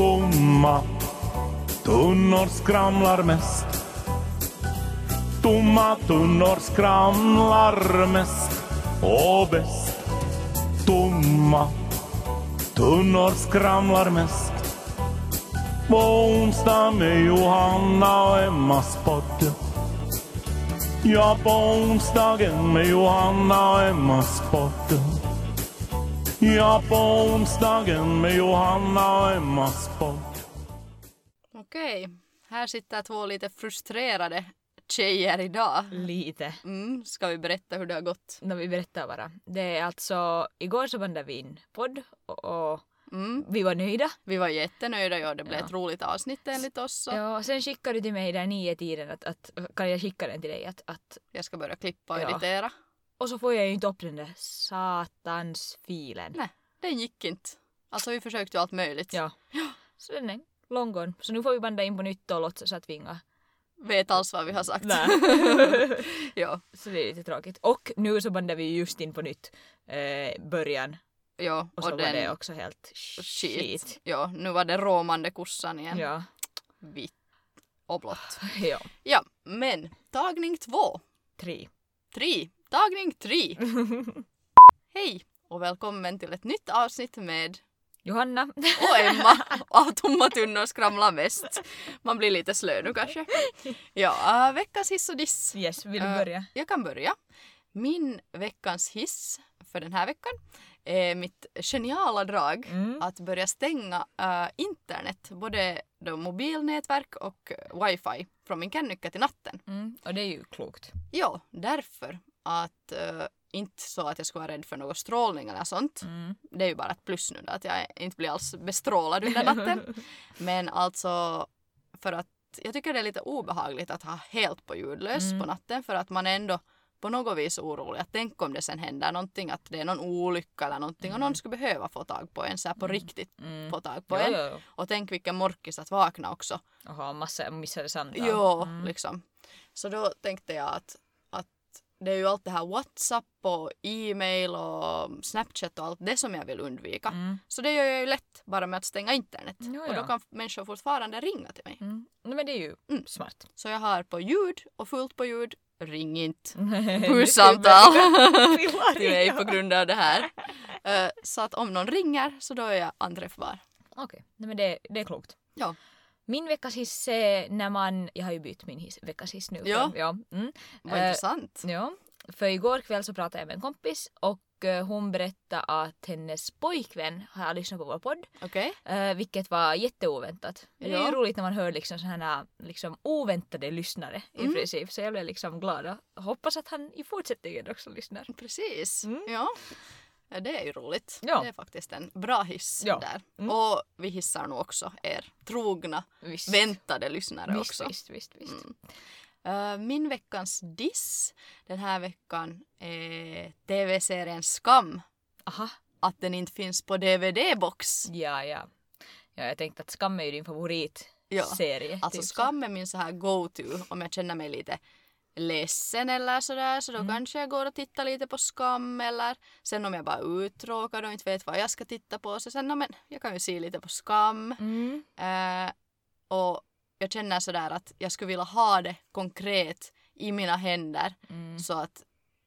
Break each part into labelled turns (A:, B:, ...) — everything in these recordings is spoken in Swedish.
A: Tomma tunnor skramlar mest. Tomma tunnor skramlar mest och bäst. Tomma tunnor skramlar mest. På onsdag med Johanna och Emmas podd. Ja, på onsdagen med Johanna och Emmas podd. Ja, på onsdagen med Johanna och Emmas podd.
B: Okej, här sitter två lite frustrerade tjejer idag.
C: Lite.
B: Mm, ska vi berätta hur det har gått?
C: När vi berättar bara. Det är alltså, igår så bandade vi in podd och, och
B: Mm,
C: vi var nöjda.
B: vi var jättenöjda, ja, det blev
C: Ja.
B: ett roligt avsnitt enligt oss. Så
C: Ja, och sen skickade du till mig där nio tiden att, att kan jag skicka den till dig? Att, att,
B: Jag ska börja klippa och
C: Ja.
B: editera.
C: och så får jag ju inte upp den där satans filen.
B: Nej, det gick inte. Alltså vi försökte ju allt möjligt.
C: Ja. Så den är long gone. Så nu får vi banda in på nytt och låtsas att vi inga.
B: Vet alls vad vi har sagt.
C: Nej.
B: ja,
C: Så det är lite tråkigt. Och nu så bandar vi just in på nytt. Eh, början.
B: ja.
C: Och så var
B: den-
C: det också helt
B: shit.
C: shit.
B: Ja, nu var det råmande kossan igen.
C: Ja.
B: Vitt och blått.
C: ja.
B: Ja, men tagning två.
C: Tre.
B: Tre. Tagning tre. Hej och välkommen till ett nytt avsnitt med
C: Johanna.
B: och Emma av Tomma tunnor skramlar mest. Man blir lite slö nu kanske. Ja, äh, veckans hiss och diss.
C: Yes, vill du
B: Äh,
C: börja?
B: Jag kan börja. Min veckans hiss för den här veckan är mitt geniala drag
C: Mm.
B: att börja stänga äh, internet, både då mobilnätverk och wifi från min kännycka till natten.
C: Mm. Och det är ju klokt.
B: Ja, därför att äh, inte så att jag skulle vara rädd för någon strålning eller sånt.
C: Mm.
B: Det är ju bara ett plus nu då, att jag inte blir alls bestrålad under natten. Men alltså för att jag tycker det är lite obehagligt att ha helt på ljudlös
C: Mm.
B: på natten för att man är ändå på något vis orolig. Att tänk om det sen händer någonting, att det är någon olycka eller någonting och någon skulle behöva få tag på en så här på riktigt
C: Mm.
B: få tag på
C: Jo,
B: en.
C: jo, jo.
B: Och tänk vilken morkis att vakna också.
C: Och ha massa missade samtal.
B: Jo,
C: Mm.
B: liksom. Så då tänkte jag att, att det är ju allt det här Whatsapp och e-mail och Snapchat och allt det som jag vill undvika.
C: Mm.
B: Så det gör jag ju lätt bara med att stänga internet.
C: Jo,
B: Och då
C: ja.
B: kan människor fortfarande ringa till mig.
C: Mm. Nej, men det är ju
B: Mm.
C: smart.
B: Så jag har på ljud och fullt på ljud. Ring inte.
C: Nu
B: Pussamtal
C: ska vi börja pilla
B: till mig
C: ringa.
B: på grund av det här. Eh, så att om någon ringer så då är jag anträffbar.
C: Okej, Nej, men det, det är klokt.
B: Ja.
C: Min veckas hiss är när man, jag har ju bytt min hiss, veckas hiss nu.
B: Ja.
C: Ja. Mm.
B: Vad
C: Eh,
B: intressant.
C: ja. För igår kväll så pratade jag med en kompis och eh, hon berättade att hennes pojkvän har lyssnat på vår podd
B: Okej.
C: Eh, vilket var jätteoväntat. Men Det är
B: Ja.
C: ju roligt när man hör liksom sådana liksom oväntade lyssnare
B: Mm.
C: i princip. Så jag blev liksom glad och hoppas att han i fortsättningen också lyssnar.
B: Precis.
C: Mm.
B: Ja. ja. Det är ju roligt.
C: Ja.
B: Det är faktiskt en bra hiss
C: Ja.
B: där.
C: Mm.
B: Och vi hissar nog också er trogna,
C: Visst.
B: väntade lyssnare
C: visst,
B: också.
C: visst, visst, visst.
B: Mm. Eh, min veckans diss den här veckan är tv-serien Skam.
C: Aha,
B: Att den inte finns på DVD-box.
C: ja, ja. Ja, jag tänkte att Skam är ju din
B: Ja.
C: favoritserie.
B: Alltså
C: typ så.
B: skam är min så här go-to om jag känner mig lite ledsen eller sådär så då
C: Mm.
B: kanske jag går och tittar lite på skam eller sen om jag bara är uttråkad och inte vet vad jag ska titta på så sen no, men jag kan ju se lite på skam
C: Mm.
B: eh, och jag känner sådär att jag skulle vilja ha det konkret i mina händer
C: Mm.
B: så att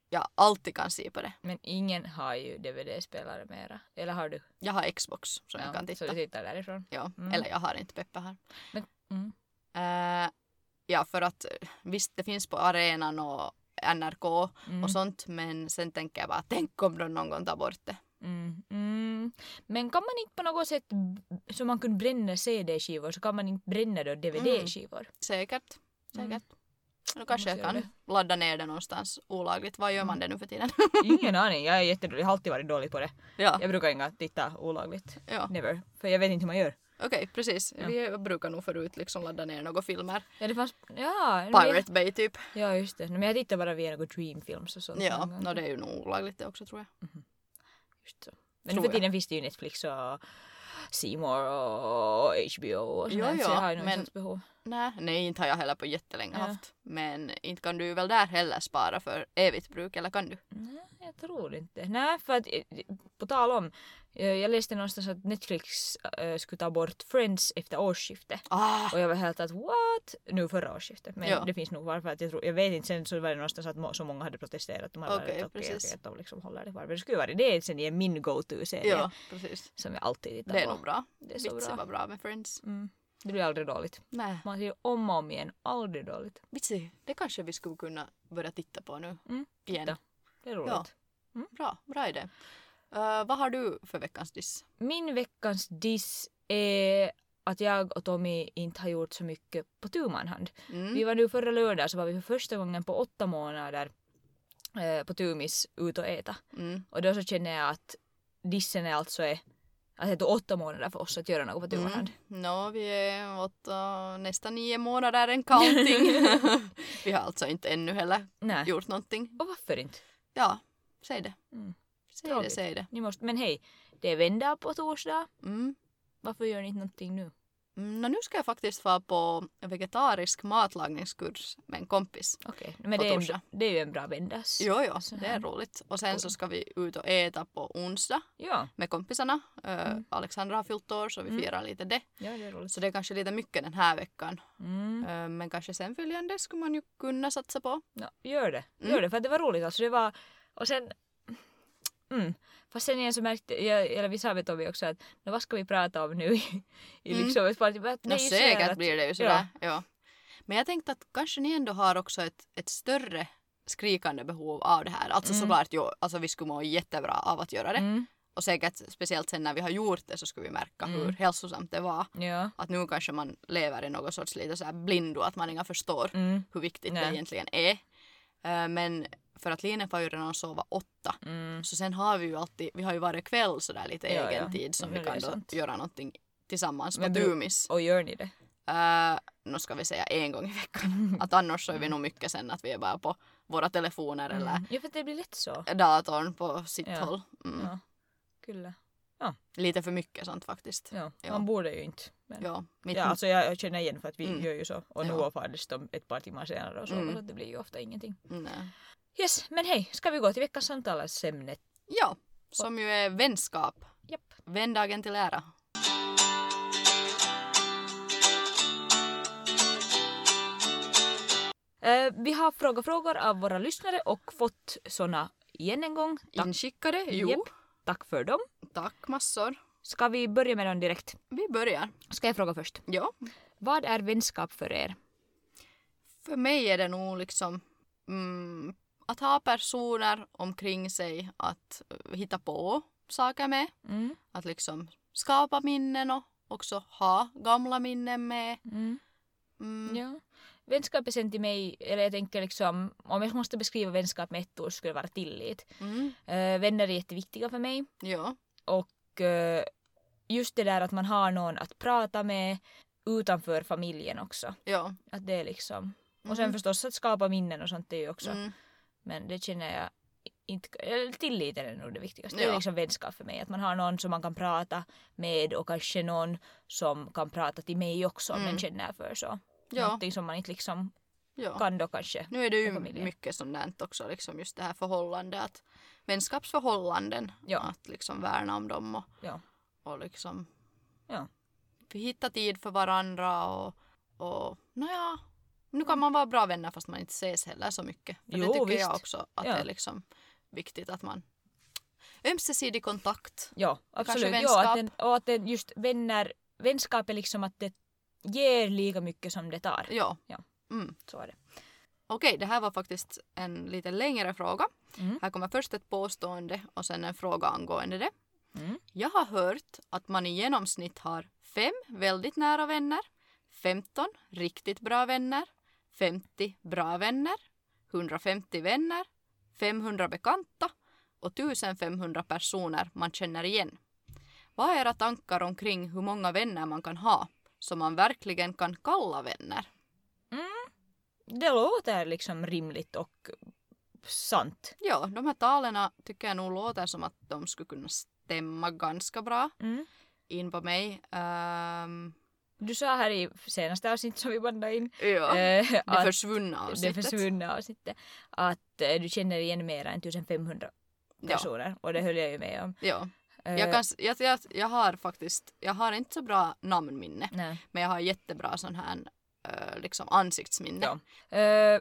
B: jag alltid kan se på det.
C: Men ingen har ju DVD-spelare mera. Eller har du?
B: Jag har Xbox som
C: Ja,
B: jag kan
C: Så
B: titta.
C: du tittar därifrån.
B: Ja.
C: Mm.
B: Eller jag har inte Peppe här.
C: Men, mm.
B: Eh, ja för att eh, visst det finns på arenan och NRK
C: Mm.
B: och sånt. Men sen tänker jag bara, tänk om de någon gång tar bort det.
C: Mm, mm. Men kan man inte på något sätt, b- så man kunde bränna CD-skivor, så kan man inte bränna då DVD-skivor?
B: Säkert. Säkert.
C: Mm.
B: Nu kanske jag
C: Måste
B: kan
C: göra Mm.
B: ladda ner det någonstans olagligt. Vad gör man det nu för tiden?
C: Ingen aning, jag är jättedålig, jag har alltid varit dålig på det.
B: ja,
C: Jag brukar inte titta olagligt.
B: ja.
C: Never. För jag vet inte hur man gör.
B: okej precis.
C: Ja.
B: Vi brukar nog förut liksom ladda ner några filmer.
C: Ja, det fanns... Ja, men jag,
B: Pirate Bay typ.
C: ja just det. Men jag tittar bara via något Dreamfilms och sånt.
B: Ja,
C: någon gång.
B: no, det är ju nog olagligt det också tror jag.
C: Just så. Men nu
B: Tror
C: för
B: jag.
C: tiden finns det ju Netflix och C More och HBO och sånt
B: Jo,
C: där, så
B: jo,
C: jag har ju något
B: men-
C: sånt behov.
B: Nej, nej, inte har jag heller på jättelänge
C: Ja.
B: haft. Men inte kan du väl där heller spara för evigt bruk, eller kan du?
C: Nej, jag tror inte. Nej, för att eh, på tal om, eh, jag läste någonstans att Netflix eh, skulle ta bort Friends efter årsskiftet.
B: Ah,
C: Och jag var helt att what? Nu förra årsskiftet. Men
B: Ja.
C: det finns nog varför att jag tror, jag vet inte, sen så var det någonstans att må, så många hade protesterat. De hade
B: Okej,
C: varit att okej,
B: precis.
C: okej, att de liksom håller det kvar. Men det skulle vara det sen är min go-to-serie.
B: ja, precis.
C: Som jag alltid tittar
B: Det är
C: på.
B: nog bra.
C: Det är så
B: Vitsen var
C: bra.
B: bra med Friends.
C: Mm. Det blir aldrig dåligt.
B: Nej,
C: Man ser ju om och om igen, aldrig dåligt.
B: vitsi, det kanske vi skulle kunna börja titta på nu.
C: Mm,
B: Igen.
C: titta. Det är roligt.
B: Ja. Bra, bra idé. Eh, vad har du för veckans diss?
C: Min veckans diss är att jag och Tommy inte har gjort så mycket på tu man hand.
B: Mm.
C: Vi var nu förra lördag så var vi för första gången på åtta månader eh, på Tumis ut och äta.
B: Mm.
C: Och då så känner jag att dissen är alltså är, att det tog åtta månader för oss att göra
B: Mm.
C: något på tu man hand.
B: Nå, vi är åtta, nästan nio månader en counting. vi har alltså inte ännu heller
C: Nej.
B: gjort någonting.
C: Och varför inte?
B: Ja, säg det.
C: Mm.
B: Säg det,
C: Tråkigt.
B: säg det.
C: Ni måste, men hej, det är vända på torsdag.
B: Mm.
C: Varför gör ni inte någonting nu?
B: Mm, no, nu ska jag faktiskt vara på vegetarisk matlagningskurs med en kompis.
C: Okej, men
B: På
C: det är,
B: torsdag.
C: en, det är ju en bra vändas.
B: Jo, jo,
C: Så
B: det
C: här.
B: är roligt. Och sen så ska vi ut och äta på onsdag
C: Ja,
B: med kompisarna. Eh, Alexandra har fyllt år så vi
C: Mm.
B: firar lite det.
C: ja det är roligt.
B: Så det är kanske lite mycket den här veckan.
C: Mm.
B: Eh, men kanske sen följande skulle man ju kunna satsa på.
C: Ja, gör det. Gör
B: Mm.
C: det, för att det var roligt. Alltså, det var... Och sen... Mm. Fast sen igen så märkte jag, eller vi sa med Tommy också att "Nå, vad ska vi prata om nu i, i
B: Mm.
C: liksom, bara, typ, att,
B: No,
C: just det här
B: säkert
C: att-
B: blir det ju sådär. Ja. Men jag tänkte att kanske ni ändå har också ett, ett större skrikande behov av det här. Alltså
C: Mm.
B: såklart, jo, alltså vi skulle må jättebra av att göra det.
C: Mm.
B: Och säkert speciellt sen när vi har gjort det så skulle vi märka
C: Mm.
B: hur hälsosamt det var.
C: Ja.
B: Att nu kanske man lever i någon sorts lite så här blindo, att man inte förstår
C: Mm.
B: hur viktigt det
C: Nej.
B: egentligen är. Eh, Men för att Line får ju redan sova åtta.
C: Mm.
B: Så sen har vi ju alltid, vi har ju varje kväll sådär lite
C: Ja, ja.
B: egen tid som
C: Ja,
B: vi
C: det
B: kan
C: är
B: då
C: sant.
B: göra någonting tillsammans på
C: Men bru-
B: Tumis.
C: Och gör ni det?
B: Uh, nu ska vi säga en gång i veckan. Att annars så är vi nog mycket sen att vi är bara på våra telefoner eller
C: Mm. Ja, för att det blir lätt så.
B: Mm. datorn på sitt
C: Ja.
B: håll. Mm.
C: Ja. Kyllä.
B: Lite för mycket sånt faktiskt.
C: Ja.
B: Ja.
C: Man borde ju inte. Men...
B: Ja, mitt,
C: Ja, alltså jag jag känner igen för att vi
B: Mm.
C: gör ju så. Och nu
B: Ja.
C: var faders de ett par timmar senare och så.
B: Mm.
C: Så det blir ju ofta ingenting.
B: nej.
C: Yes, men hej, ska vi gå till veckans samtalsämne?
B: ja, som ju är vänskap.
C: Japp.
B: Vänd dagen till ära.
C: Eh, vi har frågat frågor av våra lyssnare och fått såna igen en gång. Tack,
B: Inskickade, jo.
C: Japp. tack för dem.
B: Tack massor.
C: Ska vi börja med dem direkt?
B: Vi börjar.
C: Ska jag fråga först?
B: Ja.
C: Vad är vänskap för er?
B: För mig är det nog liksom mm, att ha personer omkring sig att eh, hitta på saker med.
C: Mm,
B: Att liksom skapa minnen och också ha gamla minnen med.
C: mm,
B: Mm.
C: Ja. Vänskap är sen till mig, eller jag tänker liksom, om jag måste beskriva vänskap med ett ord skulle det vara tillit.
B: Mm.
C: Eh, vänner är jätteviktiga för mig.
B: Ja.
C: Och eh, just det där att man har någon att prata med utanför familjen också.
B: Ja.
C: Att det är liksom... Och sen
B: Mm.
C: förstås att skapa minnen och sånt är ju också.
B: Mm.
C: Men det känner jag inte... Eller tilliten är nog det viktigaste. Det
B: Ja.
C: är liksom vänskap för mig. Att man har någon som man kan prata med och kanske någon som kan prata till mig också om
B: Mm.
C: den känner för så.
B: Ja.
C: Någonting som man inte liksom
B: ja.
C: kan då kanske.
B: Nu är det ju
C: och familjen.
B: mycket sådant också, liksom just det här förhållandet. Att vänskapsförhållanden.
C: Ja.
B: Att liksom värna om dem och,
C: Ja.
B: och liksom
C: Ja.
B: vi hittar tid för varandra och, och nåja. Nu kan man vara bra vänner fast man inte ses heller så mycket. För det
C: Jo,
B: tycker jag
C: visst.
B: också att
C: Ja.
B: det är liksom viktigt att man ömsesidig kontakt.
C: Ja,
B: kanske
C: absolut. Jo,
B: vänskap.
C: att den, och att den just vänner... Vänskap är liksom att det ger lika mycket som det tar.
B: Ja.
C: Ja.
B: Mm.
C: Så är det.
B: Okej, det här var faktiskt en lite längre fråga.
C: Mm.
B: Här kommer först ett påstående och sen en fråga angående det.
C: Mm.
B: Jag har hört att man i genomsnitt har fem väldigt nära vänner, 15 riktigt bra vänner, 50 bra vänner, 150 vänner, 500 bekanta och 1500 personer man känner igen. Vad är era tankar omkring hur många vänner man kan ha som man verkligen kan kalla vänner?
C: Det låter liksom rimligt och sant.
B: Ja, de här talen tycker jag nog låter som att de skulle kunna stämma ganska bra
C: Mm.
B: in på mig. Ehm,
C: Du sa här i senaste avsnittet som vi bandade in
B: Ja,
C: eh,
B: det
C: att
B: försvunna
C: det
B: avsnittet.
C: försvunna avsnittet att eh, du känner igen mer än 1500
B: ja,
C: personer och det höll jag ju med om.
B: ja.
C: Eh,
B: Jag, kan, s- jag, jag, jag har faktiskt, jag har inte så bra namnminne,
C: nej.
B: men jag har jättebra sån här eh, liksom ansiktsminne.
C: Ja. Eh,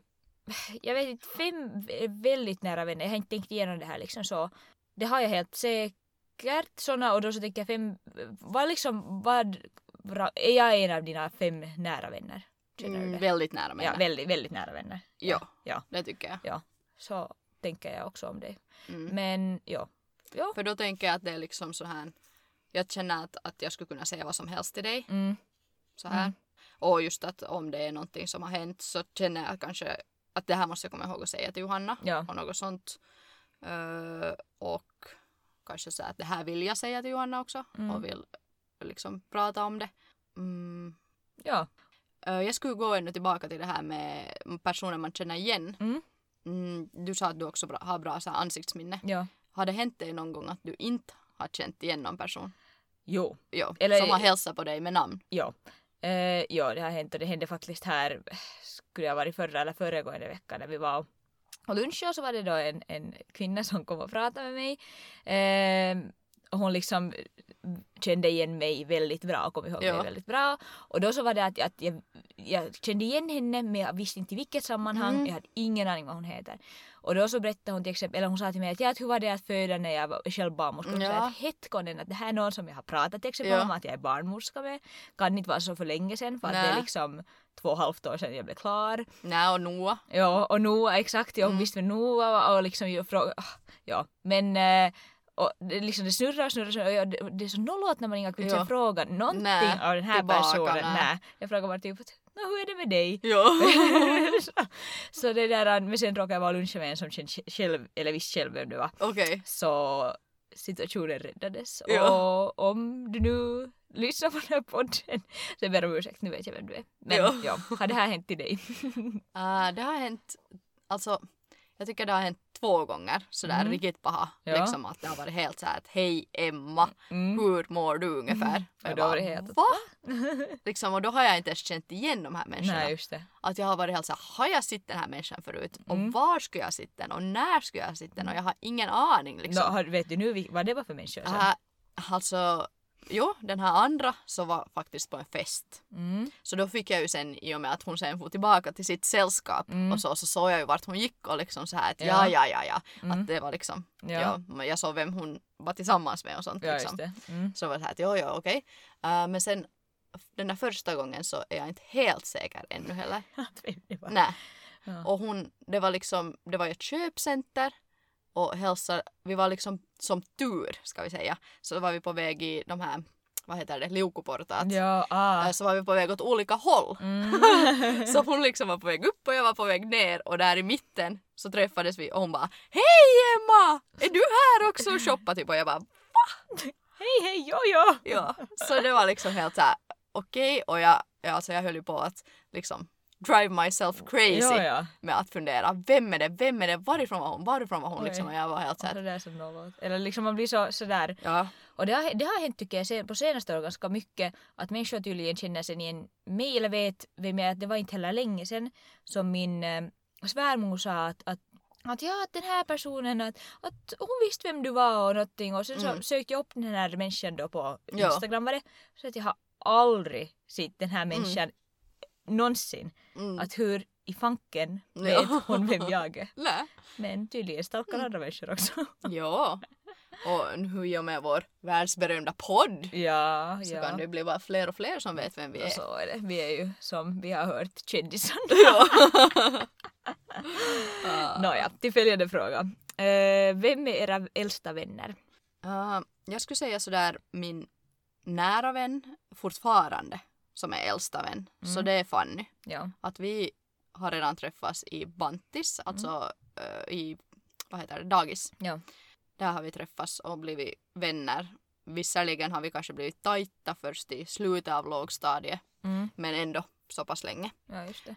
C: jag vet inte, fem är väldigt nära vänner. Jag har inte tänkt igenom det här liksom så. Det har jag helt säkert såna och då så tänker jag fem, vad liksom, vad, ra- är jag en av dina fem nära vänner? Känner du
B: Mm,
C: det?
B: väldigt nära
C: ja,
B: vänner.
C: väldigt, väldigt nära vänner.
B: Ja,
C: Ja.
B: det tycker jag.
C: Så tänker jag också om dig.
B: Mm.
C: Men ja. Jo.
B: För då tänker jag att det är liksom så här, jag känner att, att jag skulle kunna säga vad som helst till dig.
C: Mm.
B: Så här.
C: Mm.
B: Och just att om det är någonting som har hänt så känner jag kanske att det här måste jag komma ihåg att säga till Johanna.
C: Ja.
B: Och något sånt. Öö, och kanske så här att det här vill jag säga till Johanna också.
C: Mm.
B: Och vill liksom prata om det. Mm.
C: Ja.
B: Öö, jag skulle gå ännu tillbaka till det här med personer man känner igen.
C: Mm.
B: Mm, du sa att du också bra, har bra så här, ansiktsminne.
C: Ja.
B: Har det hänt dig någon gång att du inte har känt igen någon person?
C: Jo.
B: Jo,
C: Eller-
B: som har hälsat på dig med namn.
C: Ja. Eh, ja, det har hänt och det hände faktiskt här, skulle jag varit förra eller föregående vecka när vi var och lunch och så var det då en, en kvinna som kom och pratade med mig. Eh, och hon liksom kände igen mig väldigt bra och kom ihåg
B: Ja.
C: mig väldigt bra. Och då så var det att, att jag, jag kände igen henne men jag visste inte i vilket sammanhang.
B: Mm.
C: Jag hade ingen aning vad hon heter. Och då så berättade hon till exempel, eller hon sa till mig att ja, att hur var det att föda när jag var själv barnmorska? Hon sa
B: Ja.
C: att hetkonen, att det här är någon som jag har pratat till exempel
B: Ja.
C: om att jag är barnmorska med. Kan inte vara så för länge sedan för att det
B: Nä.
C: är liksom två och ett halvt år sedan jag blev klar.
B: Nej, och Noah.
C: Ja, och Noa, exakt. Ja, hon
B: Mm.
C: visste vem Noa var och liksom jag frågade, ah, ja. Men eh, och det, liksom det snurrar och snurrar, snurrar och jag, det, det är så nollåt när man inte kunde
B: Ja.
C: fråga någonting
B: Nä,
C: av den här
B: tillbaka,
C: personen.
B: nä.
C: Nä. Jag frågar bara typ att, "Nå, hur är det med dig?
B: Ja.
C: så, så det där, men sen råkade jag vara lunch med en som kände själv, eller visste själv vem det var.
B: Okej.
C: Så situationen räddades.
B: Ja.
C: Och om du nu lyssnar på den här podden så ber jag om ursäkt, nu vet jag vem du är. Men
B: Ja.
C: ja, har det här hänt till dig?
B: Ah, det har hänt, alltså jag tycker det har hänt två gånger sådär
C: Mm.
B: riktigt paha.
C: Ja.
B: Liksom att det har varit helt såhär att hej Emma,
C: Mm.
B: hur mår du ungefär?
C: Och
B: jag
C: då var
B: bara,
C: det helt att,
B: Va? Liksom, och då har jag inte ens känt igen de här människorna.
C: Nej, just det.
B: Att jag har varit helt såhär, har jag sett den här människan förut?
C: Mm.
B: Och var skulle jag sett den? Och när skulle jag ha sett den? Och jag har ingen aning
C: Nå,
B: liksom.
C: har, vet du nu vil- vad det var för människor? sen?
B: Äh, alltså, jo, den här andra så var faktiskt på en fest.
C: Mm.
B: Så då fick jag ju sen, i och med att hon sen for tillbaka till sitt sällskap
C: Mm.
B: och så, så såg jag ju vart hon gick och liksom så här att ja,
C: Ja.
B: ja, ja, ja.
C: Mm.
B: Att det var liksom,
C: Ja.
B: ja. men jag såg vem hon var tillsammans med och sånt
C: Ja, just
B: liksom.
C: det. Mm.
B: Så var det så här att jo, jo, okej. Äh, men sen den där första gången så är jag inte helt säker ännu heller.
C: Att vem det var.
B: Nej.
C: Ja.
B: Och hon, det var liksom, det var ju ett köpcenter och hälsa, vi var liksom som tur ska vi säga, så var vi på väg i de här, vad heter det, liukuportaat.
C: Ja, ah.
B: Äh, Så var vi på väg åt olika håll.
C: Mm.
B: Så hon liksom var på väg upp och jag var på väg ner och där i mitten så träffades vi och hon bara Hej Emma! Är du här också och shoppar? Typ och jag bara
C: hej, hej, jo, jo!
B: ja. Så det var liksom helt såhär okej och jag, ja, alltså jag höll ju på att liksom drive myself crazy
C: Ja, ja.
B: med att fundera vem är det, vem är det, varifrån var hon, varifrån var hon
C: Oj.
B: liksom och jag var helt
C: Och
B: såhär
C: det där som något. Eller liksom man blir så, sådär.
B: ja,
C: Och det har, det har hänt tycker jag sen- på senaste åren ganska mycket att människor tydligen känner sen igen mig eller vet vem jag är. Det var inte heller länge sen som min eh, svärmor sa att, att att ja, att den här personen, att, att hon visste vem du var och någonting och sen så
B: Mm.
C: sökte jag upp den här människan då på
B: Ja.
C: Instagram var det. Så att jag har aldrig sett den här människan någonsin.
B: mm.
C: Att hur i fanken
B: Ja.
C: vet hon vem jag är.
B: Nä.
C: Men tydligen stalkar
B: Mm.
C: andra människor också.
B: Ja. Och nu i och med vår världsberömda podd
C: ja,
B: så
C: ja.
B: kan det bli bara fler och fler som vet vem vi
C: Och
B: är.
C: så är det. Alltså, Vi är ju som vi har hört kändisarna.
B: Ah.
C: Nåja, till följande fråga. Eh, vem är era äldsta vänner?
B: Ah, jag skulle säga sådär min nära vän fortfarande som är äldsta vän. Så
C: Mm.
B: det är Fanny.
C: Ja.
B: Att vi har redan träffats i Bantis, alltså eh, i vad heter det, dagis.
C: Mm. Ja.
B: Där har vi träffats och blivit vänner. Visserligen har vi kanske blivit tajta först i slutet av lågstadiet
C: Mm.
B: men ändå så pass länge.
C: Ja, just det.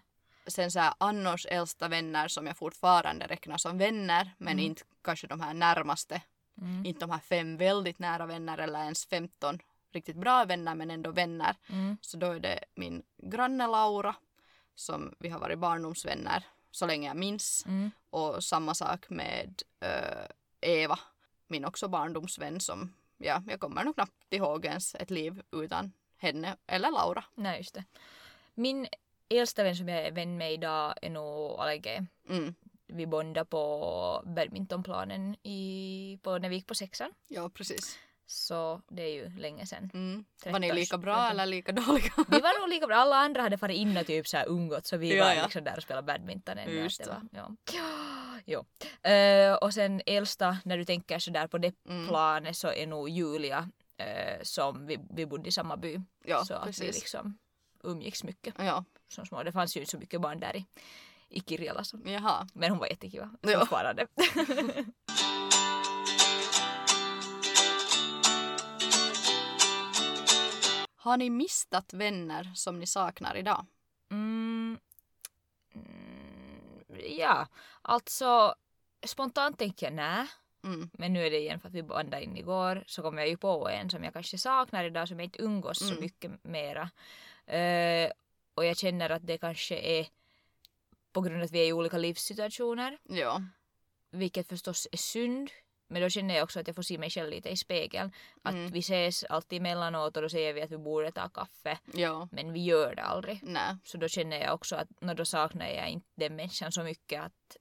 B: Sen så här, annars äldsta vänner som jag fortfarande räknar som vänner men
C: Mm.
B: inte kanske de här närmaste
C: Mm.
B: inte de här fem väldigt nära vänner eller ens 15 riktigt bra vänner men ändå vänner.
C: Mm.
B: Så då är det min granne Laura som vi har varit barndomsvänner så länge jag minns.
C: Mm.
B: Och samma sak med eh, Eva, min också barndomsvän som ja, jag kommer nog knappt ihåg ens ett liv utan henne eller Laura.
C: Nej, just det. Min äldsta vän som jag är vän med idag är nog Alege.
B: Mm.
C: Vi bondade på badmintonplanen i, på, när vi gick på sexan.
B: Ja, precis.
C: Så det är ju länge sedan.
B: Mm. Var
C: Tretton,
B: ni lika bra
C: tretton.
B: eller lika dåliga?
C: Vi var nog lika bra, alla andra hade farit in och typ så här umgått så vi
B: Ja,
C: var
B: ja.
C: liksom där och spelade badminton ännu. att
B: Just
C: det
B: det.
C: var, ja. Jo. Eh, och sen äldsta, när du tänker så där på det
B: Mm.
C: planet så är nog Julia eh, som vi, vi bodde i samma by.
B: Ja,
C: så att vi
B: precis.
C: liksom umgicks mycket
B: Ja,
C: som små. Det fanns ju inte så mycket barn där i, i Kirjala. Så.
B: jaha.
C: Men hon var jättekiva.
B: Ja.
C: Fortfarande.
B: Har ni mistat vänner som ni saknar idag?
C: Mm, mm, ja, alltså spontant tänker jag nej.
B: Mm.
C: Men nu är det igen för att vi bandade in igår så kom jag ju på en som jag kanske saknar idag som jag inte umgås så
B: Mm.
C: mycket mera. Eh, och jag känner att det kanske är på grund av att vi är i olika livssituationer
B: Ja.
C: vilket förstås är synd. Men då känner jag också att jag får se mig själv lite i spegeln. Att
B: Mm.
C: vi ses alltid emellanåt och då säger vi att vi borde ta kaffe.
B: Ja.
C: Men vi gör det aldrig.
B: Nej.
C: Så då känner jag också att no, då saknar jag inte den människan så mycket att,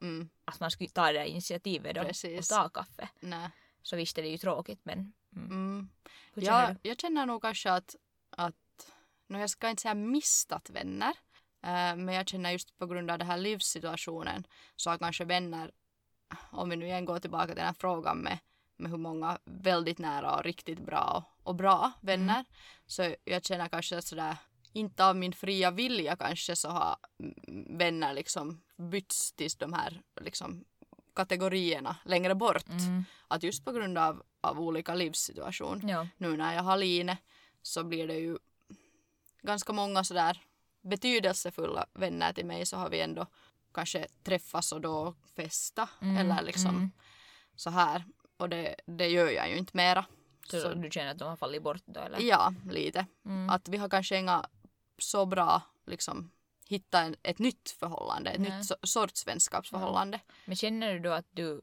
B: Mm.
C: att man skulle ta det här initiativet då och
B: Precis.
C: ta kaffe.
B: Nej.
C: Så visst är det ju tråkigt men mm.
B: Mm.
C: hur känner
B: Jag, jag känner nog kanske att, att no, jag ska inte säga mistat vänner, eh, men jag känner just på grund av den här livssituationen så har kanske vänner, om vi nu igen går tillbaka till den här frågan med, med hur många väldigt nära och riktigt bra och, och bra vänner,
C: Mm.
B: så jag känner kanske att sådär, inte av min fria vilja kanske så har mm, vänner liksom bytts till de här liksom kategorierna längre bort.
C: du? Mm.
B: Att just på grund av, av olika livssituation
C: Ja.
B: nu när jag har Line så blir det ju ganska många sådär betydelsefulla vänner till mig så har vi ändå kanske träffats och då festa
C: Mm,
B: eller liksom
C: mm.
B: så här och det, det gör jag ju inte mera.
C: Så,
B: Så-
C: du känner att de har fallit bort då eller?
B: Ja, lite.
C: Mm.
B: Att vi har kanske inga så bra liksom hitta en, ett nytt förhållande, ett
C: Nej.
B: nytt so- sorts vänskapsförhållande.
C: Men känner du då att du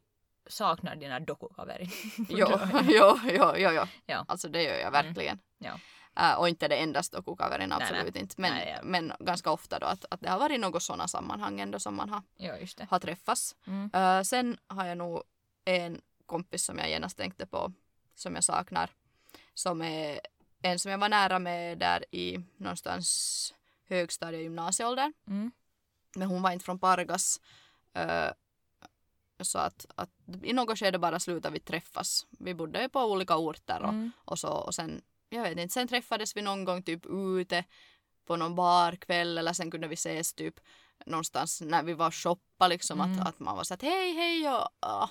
C: saknar dina dokukaverin?
B: Jo, jo, jo, jo, jo.
C: Ja. Mm.
B: Alltså det gör jag verkligen.
C: Ja.
B: Äh, och inte det endaste dokukaverin,
C: nej.
B: absolut inte. Men,
C: Nej, ja.
B: men ganska ofta då att, att det har varit något sådana sammanhang ändå som man har,
C: ja just det.
B: har träffats.
C: Mm.
B: Äh, sen har jag nog en kompis som jag genast tänkte på som jag saknar. Som är en som jag var nära med där i någonstans högstadie gymnasieåldern.
C: Mm.
B: Men hon var inte från Pargas. eh, så att, att i något skede bara slutade vi träffas. Vi bodde ju på olika orter och,
C: Mm.
B: och så och sen, jag vet inte, sen träffades vi någon gång typ ute på någon barkväll eller sen kunde vi ses typ någonstans när vi var och shoppa liksom
C: Mm.
B: att, att man var så att hej hej och ah,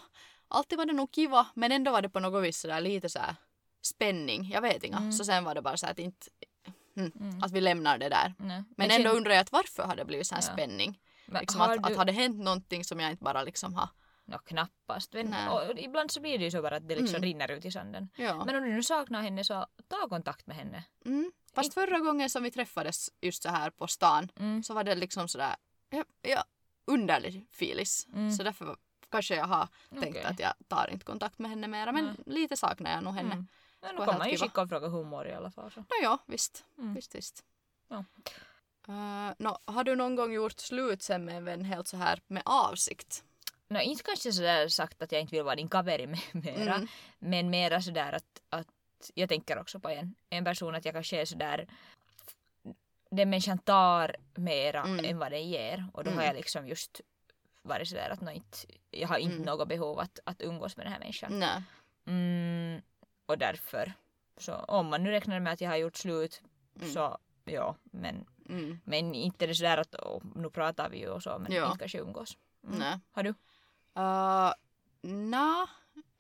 B: alltid var det nog kiva men ändå var det på något vis sådär lite så här spänning, jag vet inte.
C: Mm.
B: Så sen var det bara så att inte, mm,
C: Mm.
B: att vi lämnar det där.
C: Nej.
B: Men ändå
C: känner-
B: undrar jag att varför har det blivit sån här
C: Ja.
B: spänning?
C: men
B: Liksom
C: har
B: att,
C: du-
B: att har det hänt någonting som jag inte bara liksom har...
C: Nå, knappast. Men,
B: Nej.
C: och ibland så blir det ju så bara att det liksom
B: Mm.
C: rinner ut i sanden.
B: Ja.
C: Men om du nu saknar henne så ta kontakt med henne.
B: mm. Fast förra gången som vi träffades just så här på stan
C: Mm.
B: så var det liksom sådär ja, ja, underlig filis.
C: Mm.
B: Så därför var- kanske jag har tänkt
C: Okej.
B: att jag tar inte kontakt med henne mera men
C: Nej.
B: lite saknar jag nog henne.
C: Mm. Ja, nu
B: Skulle
C: kan
B: vara
C: man ju
B: kiva.
C: skicka och fråga hur hon mår i alla fall. Så.
B: Nå ja, visst.
C: Mm.
B: Visst, visst.
C: Ja.
B: Eh, nå, har du någon gång gjort slut sen med en vän helt så här med avsikt?
C: No, inte kanske sådär sagt att jag inte vill vara din kaveri me- mera.
B: Mm.
C: Men mera sådär att, att jag tänker också på en, en person att jag kanske är sådär den människan tar mera
B: Mm.
C: än vad den ger och då har
B: Mm.
C: jag liksom just varit sådär att nå, inte, jag har inte
B: Mm.
C: något behov att, att umgås med den här människan.
B: Nej.
C: Mm, och därför. Så om man nu räknar med att jag har gjort slut
B: Mm.
C: så ja, men,
B: Mm.
C: men inte det sådär att åh, nu pratar vi ju och så men
B: Ja.
C: inte kanske umgås. Mm.
B: Nej.
C: Har du?
B: Uh, Nja,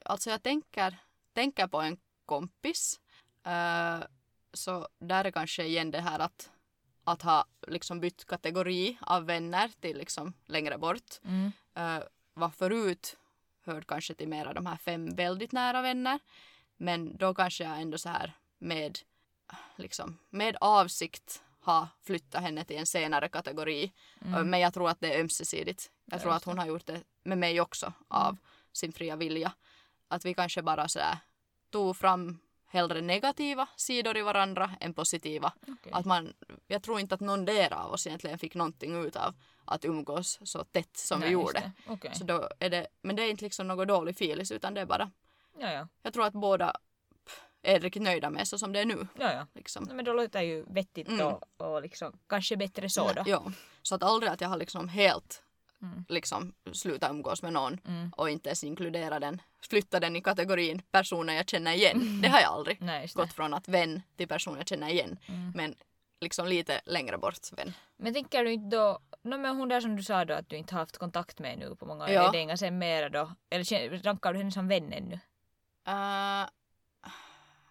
B: alltså jag tänker, tänker på en kompis. Eh, så där är kanske igen det här att, att ha liksom bytt kategori av vänner till liksom längre bort.
C: Mm.
B: Uh, var förut hörde kanske till mera de här fem väldigt nära vänner. Men då kanske jag ändå så här med, liksom, med avsikt ha flyttat henne till en senare kategori. Eh,
C: Mm.
B: Men jag tror att det är ömsesidigt. Jag
C: Ja,
B: tror
C: just
B: att hon har gjort det med mig också av sin fria vilja. Att vi kanske bara sådär tog fram hellre negativa sidor i varandra än positiva.
C: Okej.
B: Att man, jag tror inte att någon där av oss egentligen fick någonting ut av att umgås så tätt som
C: Nej,
B: vi
C: just
B: gjorde.
C: det. Okej.
B: Så då är det, men det är inte liksom något dålig filis utan det är bara,
C: Ja, ja.
B: jag tror att båda pff, är riktigt nöjda med så som det är nu.
C: ja, ja.
B: Liksom.
C: Nej, men då låter det ju vettigt
B: Mm.
C: och, och liksom, kanske bättre så då.
B: Ja. Så att aldrig att jag har liksom helt
C: Mm.
B: liksom slutat umgås med någon
C: Mm.
B: och inte ens inkludera den, flytta den i kategorin personer jag känner igen. Det har jag aldrig.
C: Nej, Mm. just det.
B: Gått från att vän till person jag känner igen.
C: Mm.
B: Men liksom lite längre bort vän.
C: Men tänker du inte då, no, men hon där som du sa då att du inte haft kontakt med nu på många år,
B: Ja.
C: är det inga sen mera då? Eller kän- rankar du henne som vän ännu? Ah.
B: Uh,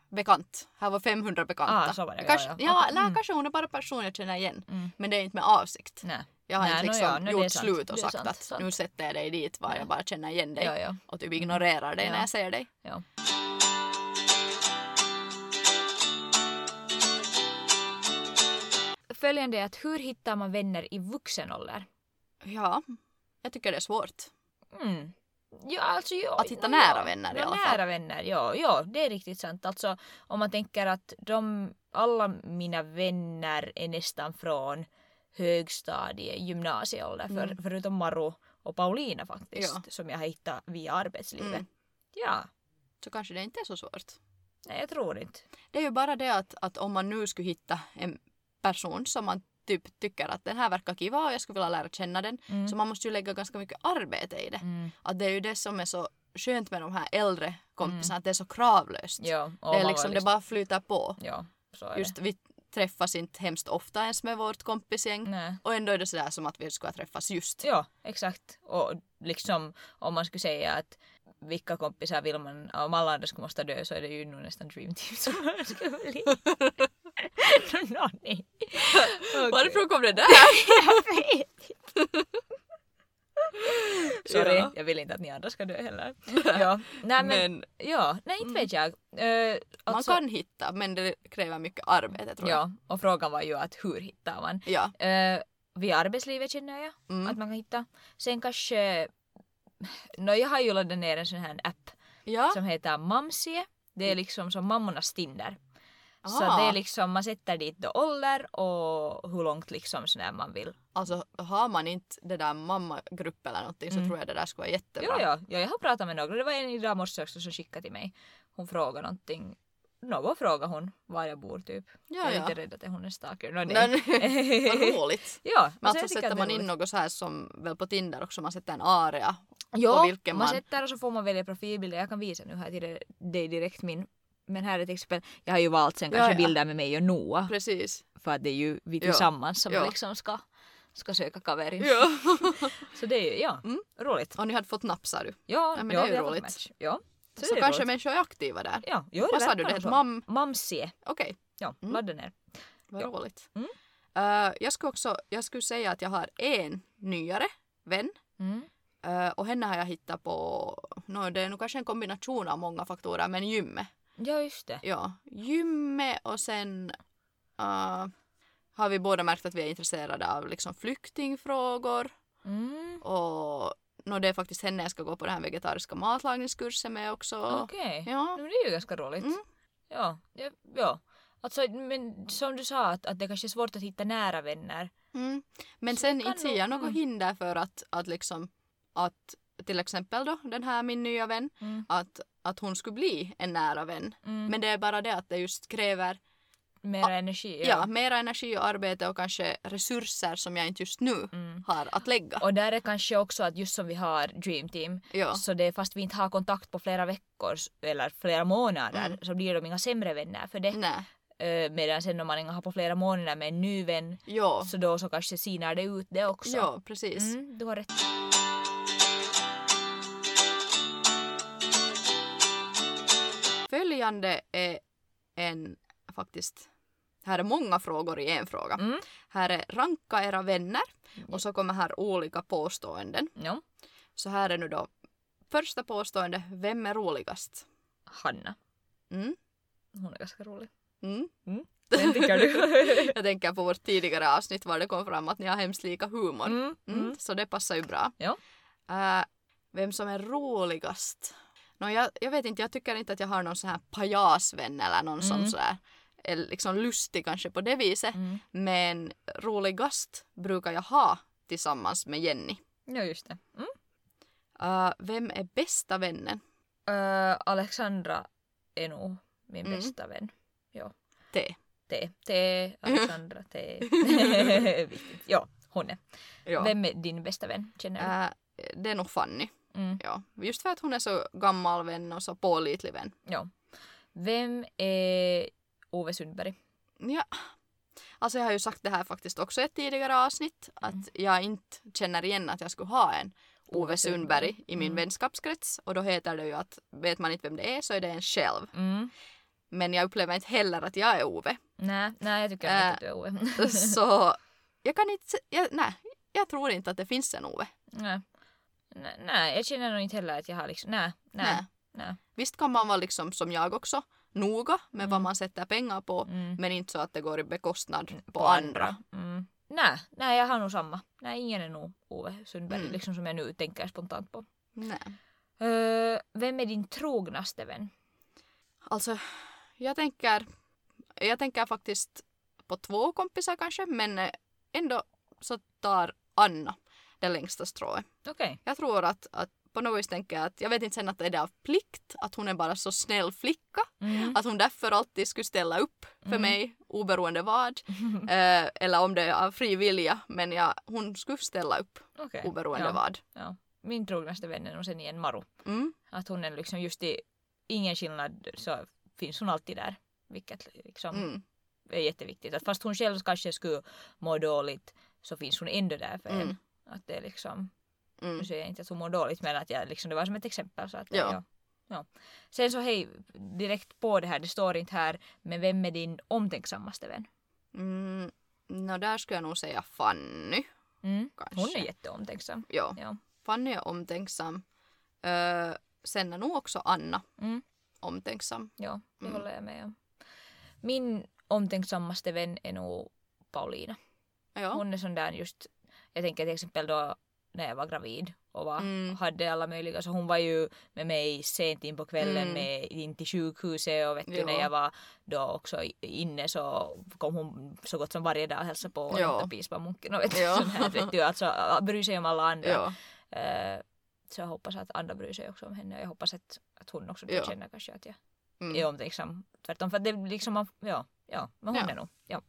B: bekant. Här var 500 bekanta.
C: Ah, så var det, ja,
B: kanske,
C: ja.
B: ja,
C: Okej,
B: eller
C: mm.
B: kanske hon är bara person jag känner igen.
C: Mm.
B: Men det är inte med avsikt.
C: Nej.
B: Jag har
C: Nej,
B: inte
C: nå
B: liksom
C: ja, nej, det är
B: gjort
C: sant.
B: slut
C: Det
B: och
C: är
B: sagt
C: sant,
B: att
C: sant.
B: nu sätter jag dig dit var
C: Ja.
B: jag bara känner igen dig.
C: Ja, ja.
B: Och typ ignorerar dig
C: Ja.
B: när jag ser dig.
C: ja. Följande är att hur hittar man vänner i vuxen ålder?
B: Ja, jag tycker det är svårt.
C: Mm. Ja, alltså, ja,
B: Att hitta
C: nå,
B: nära
C: ja.
B: vänner i
C: Nå,
B: alla fall.
C: Nära vänner, ja, ja, det är riktigt sant. Alltså om man tänker att de, alla mina vänner är nästan från högstadie, gymnasieålder, för,
B: Mm.
C: förutom Maru och Paulina faktiskt,
B: Ja.
C: som jag har hittat via arbetslivet.
B: Mm.
C: Ja,
B: Så kanske det inte är så svårt.
C: nej, jag tror inte.
B: Det är ju bara det att, att om man nu skulle hitta en person som man typ tycker att den här verkar kiva och jag skulle vilja lära känna den.
C: Mm.
B: Så man måste ju lägga ganska mycket arbete i det.
C: Mm.
B: Att det är ju det som är så skönt med de här äldre kompisarna, att det är så kravlöst.
C: Mm. Ja, och
B: det,
C: man
B: är
C: var
B: liksom, det bara flyter på.
C: Ja, så är
B: Just vi träffas inte hemskt ofta ens med vårt kompisgäng.
C: det. Nej.
B: Och ändå är det sådär som att vi skulle ha träffats just.
C: Ja, exakt. Och liksom om man skulle säga att vilka kompisar vill man, om alla andra skulle måste dö så är det ju nog nästan Dream Team som man skulle vilja. no, no, nej. Okej.
B: Varifrån kom det där?
C: Sorry,
B: Ja.
C: jag vill inte att ni andra ska dö heller. ja, nej men,
B: Men
C: ja, nej inte vet jag. Eh, alltså,
B: man kan hitta men det kräver mycket arbete tror jag.
C: Ja, och frågan var ju att hur hittar man?
B: Ja.
C: Uh, via arbetslivet känner jag
B: Mm.
C: att man kan hitta. Sen kanske, no, jag har ju laddat ner en sån här app
B: ja.
C: som heter Mamsie. Det är liksom som mammornas Tinder. Så
B: Mm. Ah.
C: det är liksom, man sätter dit då ålder och hur långt liksom sådär man vill.
B: Alltså har man inte det där mammagrupp eller någonting så
C: Mm.
B: tror jag det där skulle vara
C: Jo,
B: jättebra.
C: jo, jo, jag har pratat med några. Det var en idag i morse också som skickade till mig. Hon frågade någonting. Någon frågade hon var jag bor typ.
B: ja,
C: jag är
B: ja.
C: lite rädd att det är hon är stalker. No,
B: Nej,
C: nej.
B: nej. Vad roligt.
C: ja,
B: Men
C: jag
B: alltså
C: tycker att
B: sätter
C: det är
B: man in
C: roligt.
B: något så här som väl på Tinder också, man sätter en area.
C: Ja,
B: vilken
C: man
B: man-
C: sätter och så får man välja profilbilder. Jag kan visa nu här till dig- dig direkt min. Men här är till exempel, jag har ju valt sen
B: Ja,
C: kanske
B: ja.
C: bilder med mig och Noah.
B: Precis.
C: För att det är ju vi
B: Ja.
C: tillsammans som
B: Ja.
C: liksom ska, ska söka kaverin.
B: Ja.
C: Så det är ju, ja,
B: Mm.
C: roligt.
B: Och ni hade fått napp sa du.
C: Ja,
B: men
C: ja,
B: det är ju
C: vi har fått
B: roligt.
C: match. Ja,
B: Så,
C: det är
B: kanske
C: roligt.
B: människor är aktiva där.
C: ja, jo,
B: Vad sa du
C: verkar
B: det hette?
C: så.
B: Mam?
C: Mamsie.
B: Okej,
C: Ja,
B: Mm.
C: ladda ner.
B: vad
C: Ja.
B: roligt.
C: Mm.
B: Eh, jag skulle också, jag skulle säga att jag har en nyare vän
C: Mm.
B: eh, och henne har jag hittat på, no, det är nog kanske en kombination av många faktorer men gymmet.
C: Ja, just det.
B: Ja, gymmet och sen äh, har vi båda märkt att vi är intresserade av liksom flyktingfrågor
C: Mm.
B: och no, det är faktiskt henne jag ska gå på den här vegetariska matlagningskursen med också.
C: Okej.
B: Ja,
C: Men det är ju ganska roligt.
B: Mm.
C: Ja, ja, ja. Alltså, men som du sa, att, att det kanske är svårt att hitta nära vänner.
B: mm. Men
C: Så
B: sen
C: det kan
B: inte ser jag
C: nog-
B: något
C: mm.
B: hinder för att, att liksom att till exempel då den här min nya vän
C: Mm.
B: att, att hon skulle bli en nära vän.
C: Mm.
B: Men det är bara det att det just kräver
C: Mera energi.
B: ja. mera energi och arbete och kanske resurser som jag inte just nu
C: Mm.
B: har att lägga.
C: Och där är kanske också att just som vi har Dream Team,
B: ja.
C: så det är fast vi inte har kontakt på flera veckor s- eller flera månader
B: Mm.
C: så blir de inga sämre vänner för det.
B: Nej.
C: Eh, medan sen om man inte har på flera månader med en ny vän
B: Ja.
C: så då så kanske sinar det ut det också.
B: Ja, precis.
C: Mm, du har rätt.
B: Följande är en faktiskt här är många frågor i en fråga.
C: Mm.
B: Här är ranka era vänner och så kommer här olika påståenden.
C: Ja.
B: Så här är nu då första påstående, vem är roligast?
C: Hanna.
B: Mm.
C: Hon är ganska rolig.
B: Mm.
C: Den tycker du?
B: Jag tänker på vårt tidigare avsnitt var det kom fram att ni har hemskt lika humor.
C: mm,
B: Mm.
C: mm.
B: Så det passar ju bra.
C: Ja.
B: Äh, vem som är roligast? Nå, jag, jag vet inte, jag tycker inte att jag har någon sån här pajasvän eller någon som
C: Mm.
B: sådär är liksom lustig kanske på det viset.
C: Mm.
B: Men roligast brukar jag ha tillsammans med Jenny.
C: Ja, just det. Mm.
B: Äh, vem är bästa vännen?
C: Ö, Alexandra är nog min
B: Mm.
C: bästa vän.
B: T.
C: T. T. Alexandra T. Viktigt. Ja, hon är.
B: Ja.
C: Vem är din bästa vän? Känner
B: Äh, det är nog Fanny.
C: du? Mm.
B: Ja. Just för att hon är så gammal vän och så pålitlig vän.
C: Ja. Vem är Ove Sundberg?
B: Ja. Alltså jag har ju sagt det här faktiskt också i ett tidigare avsnitt att
C: Mm.
B: jag inte känner igen att jag skulle ha en Ove Sundberg i min
C: Mm.
B: vänskapskrets och då heter det ju att vet man inte vem det är så är det en själv.
C: Mm.
B: Men jag upplever inte heller att jag är Ove.
C: Nej, nej, jag tycker
B: Äh.
C: inte att du är Ove.
B: Så jag kan inte, se- jag, nej, jag tror inte att det finns en Ove.
C: nej. Nej, nej, jag känner nog inte heller att jag har liksom, nej, nej.
B: Nej.
C: nej.
B: Visst kan man vara liksom som jag också, noga med vad
C: Mm.
B: man sätter pengar på
C: Mm.
B: men inte så att det går i bekostnad på andra.
C: Mm. Nej, nej, jag har nog samma. Nej, ingen är nog Ove Sundberg
B: Mm.
C: liksom som jag nu tänker spontant på.
B: Nej.
C: Ö, vem är din trognaste vän?
B: Alltså, jag tänker, jag tänker faktiskt på två kompisar kanske, men eh, ändå så tar Anna det längsta strået.
C: Okej.
B: Jag tror att, att på något vis tänker jag att, jag vet inte sen att det är det av plikt, att hon är bara så snäll flicka,
C: Mm.
B: att hon därför alltid skulle ställa upp för
C: Mm.
B: mig, oberoende vad, eh, eller om det är av fri vilja, men jag, hon skulle ställa upp,
C: Okej.
B: oberoende
C: ja.
B: vad.
C: Min trognaste vän är nog sen igen Maru.
B: Mm.
C: Att hon är liksom just i ingen skillnad så finns hon alltid där. Vilket liksom
B: Mm.
C: är jätteviktigt. Att fast hon själv kanske skulle må dåligt så finns hon ändå där för en.
B: Mm.
C: Att det är liksom,
B: Mm.
C: nu säger jag inte att hon mår dåligt men att jag liksom, det var som ett exempel. Så att
B: Ja.
C: Ja. ja. Sen så hej, direkt på det här, det står inte här, men vem är din omtänksammaste vän?
B: Mm. Nå, där skulle jag nog säga Fanny.
C: Mm.
B: Kanske.
C: Hon är jätteomtänksam.
B: Ja.
C: Ja.
B: Fanny är omtänksam. Öö, sen är nog också Anna
C: Mm.
B: omtänksam.
C: Ja, det
B: Mm.
C: håller jag med om. Min omtänksammaste vän är nog Paulina.
B: Ja.
C: Hon är sån där just, jag tänker till exempel då när jag var gravid och var,
B: Mm.
C: hade alla möjliga, så hon var ju med mig sent in på kvällen
B: Mm.
C: med in till sjukhuset och vet du,
B: Jo.
C: när jag var då också i- inne så kom hon så gott som varje dag och hälsade på och
B: Jo.
C: hämtade pispamunken och vet du,
B: Jo.
C: sån här, vet du, alltså bryr sig om alla andra.
B: ja.
C: Eh, så jag hoppas att andra bryr sig också om henne och jag hoppas att, att hon också
B: Ja.
C: känner kanske att jag
B: Mm.
C: är omtänksam. Tvärtom för att det är liksom, man- ja, ja, men hon
B: Ja.
C: är nog, ja.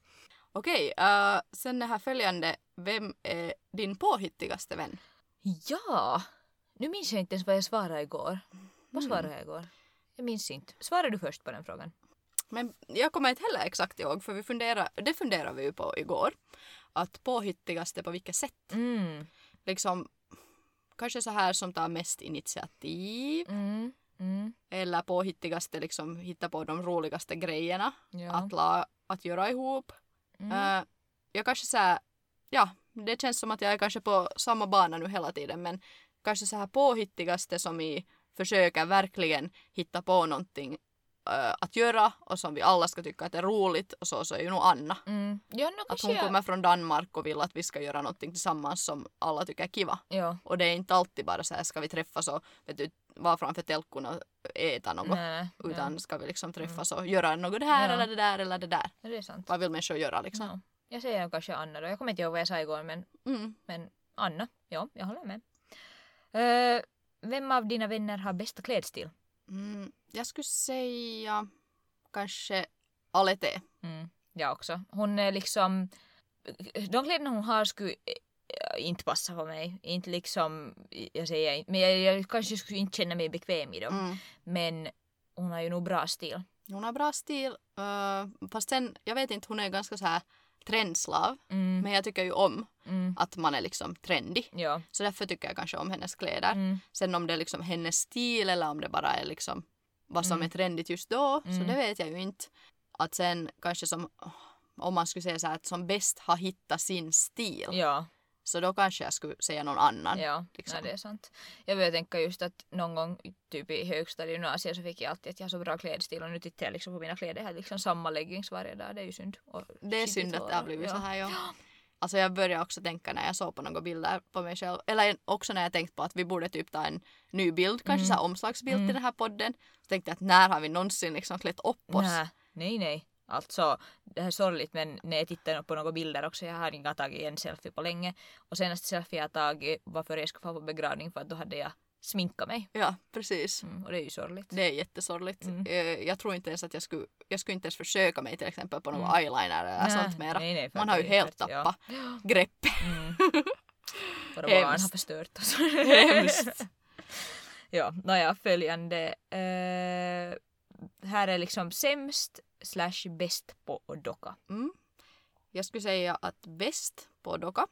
B: Okej, öö, sen det här följande. Vem är din påhittigaste vän?
C: Ja! Nu minns jag inte ens vad jag svarade igår. Vad
B: Mm.
C: svarade jag igår? Jag minns inte. Svarade du först på den frågan?
B: Men jag kommer inte heller exakt ihåg för vi funderar, det funderade vi ju på igår. Att påhittigaste på vilket sätt?
C: Mm.
B: Liksom kanske så här som tar mest initiativ
C: Mm. Mm.
B: eller påhittigaste liksom hitta på de roligaste grejerna
C: Ja.
B: att, la, att göra ihop.
C: mm.
B: Eh, jag kanske så här, ja, det känns som att jag är kanske på samma bana nu hela tiden men kanske så här påhittigaste som i försöker verkligen hitta på någonting eh, att göra och som vi alla ska tycka att är roligt och så, så är ju nog Anna.
C: Mm. Ja, no,
B: Att
C: kanske
B: hon
C: jag...
B: kommer från Danmark och vill att vi ska göra någonting tillsammans som alla tycker är kiva.
C: Ja.
B: Och det är inte alltid bara så här ska vi träffas och vet du, vara framför telkkun och äta något.
C: Nej. Mm.
B: Utan ska vi liksom träffas och göra något det här
C: Ja.
B: eller det där eller det där.
C: Nej. Det är sant.
B: Vad vill människor göra liksom?
C: Ja. Jag säger nog kanske Anna då. Jag kommer inte ihåg vad jag sa igår men,
B: Mm.
C: men Anna. Ja, jag håller med. Eh, vem av dina vänner har bästa klädstil?
B: Mm, jag skulle säga kanske Alete.
C: Mm, jag också. Hon är liksom... De kläderna hon har skulle eh, inte passa på mig. Inte liksom... Jag säger inte... Men jag, jag kanske skulle inte känna mig bekväm i dem.
B: Mm.
C: Men hon har ju nog bra stil.
B: Hon har bra stil. eh, fast sen, jag vet inte, hon är ganska så här trendslav.
C: Mm,
B: Men jag tycker ju om
C: mm,
B: att man är liksom trendig.
C: ja.
B: Så därför tycker jag kanske om hennes kläder.
C: Mm,
B: Sen om det är liksom hennes stil eller om det bara är liksom vad som
C: Mm.
B: är trendigt just då.
C: Mm.
B: Så det vet jag ju inte. Att sen kanske som om man skulle säga så här att som bäst har hittat sin stil.
C: ja.
B: Så då kanske jag skulle säga någon annan.
C: Ja,
B: liksom.
C: nej, det är sant. Jag började tänka just att någon gång typ i högstadiegymnasiet så fick jag alltid att jag har så bra klädstil och nu tittar jag liksom på mina kläder. Jag har liksom samma leggings varje dag. Det är ju synd. Och
B: Det är
C: skitigt
B: synd att
C: hår
B: det har
C: och-
B: blivit
C: ja.
B: så här. Ja. Alltså jag började också tänka när jag såg på några bilder på mig själv. Eller också när jag tänkte på att vi borde typ ta en ny bild, kanske
C: Mm.
B: så här omslagsbild
C: Mm.
B: till den här podden. Så tänkte jag att när har vi någonsin liksom klätt upp oss?
C: Nej, nej, nej. Alltså, det här är sorgligt men när jag tittar på några bilder också, jag har inte tagit en selfie på länge. Och senaste selfie jag tagit var för jag skulle få på begravning för att då hade jag sminkat mig.
B: Ja, precis.
C: Mm, och det är ju sorgligt.
B: Det är jättesorgligt.
C: Mm.
B: Eh, Jag tror inte ens att jag skulle, jag skulle inte ens försöka mig till exempel på någon
C: Mm.
B: eyeliner eller sånt mera.
C: Nej, nej, för
B: Man har
C: det
B: ju
C: är
B: helt
C: för- ja.
B: tappat greppet.
C: Mm. Våra
B: Hemskt.
C: barn har förstört oss.
B: Hemskt.
C: ja, nåja, följande. Eh, här är liksom sämst slash bäst på och docka.
B: Mm. Jag skulle säga att bäst på docka.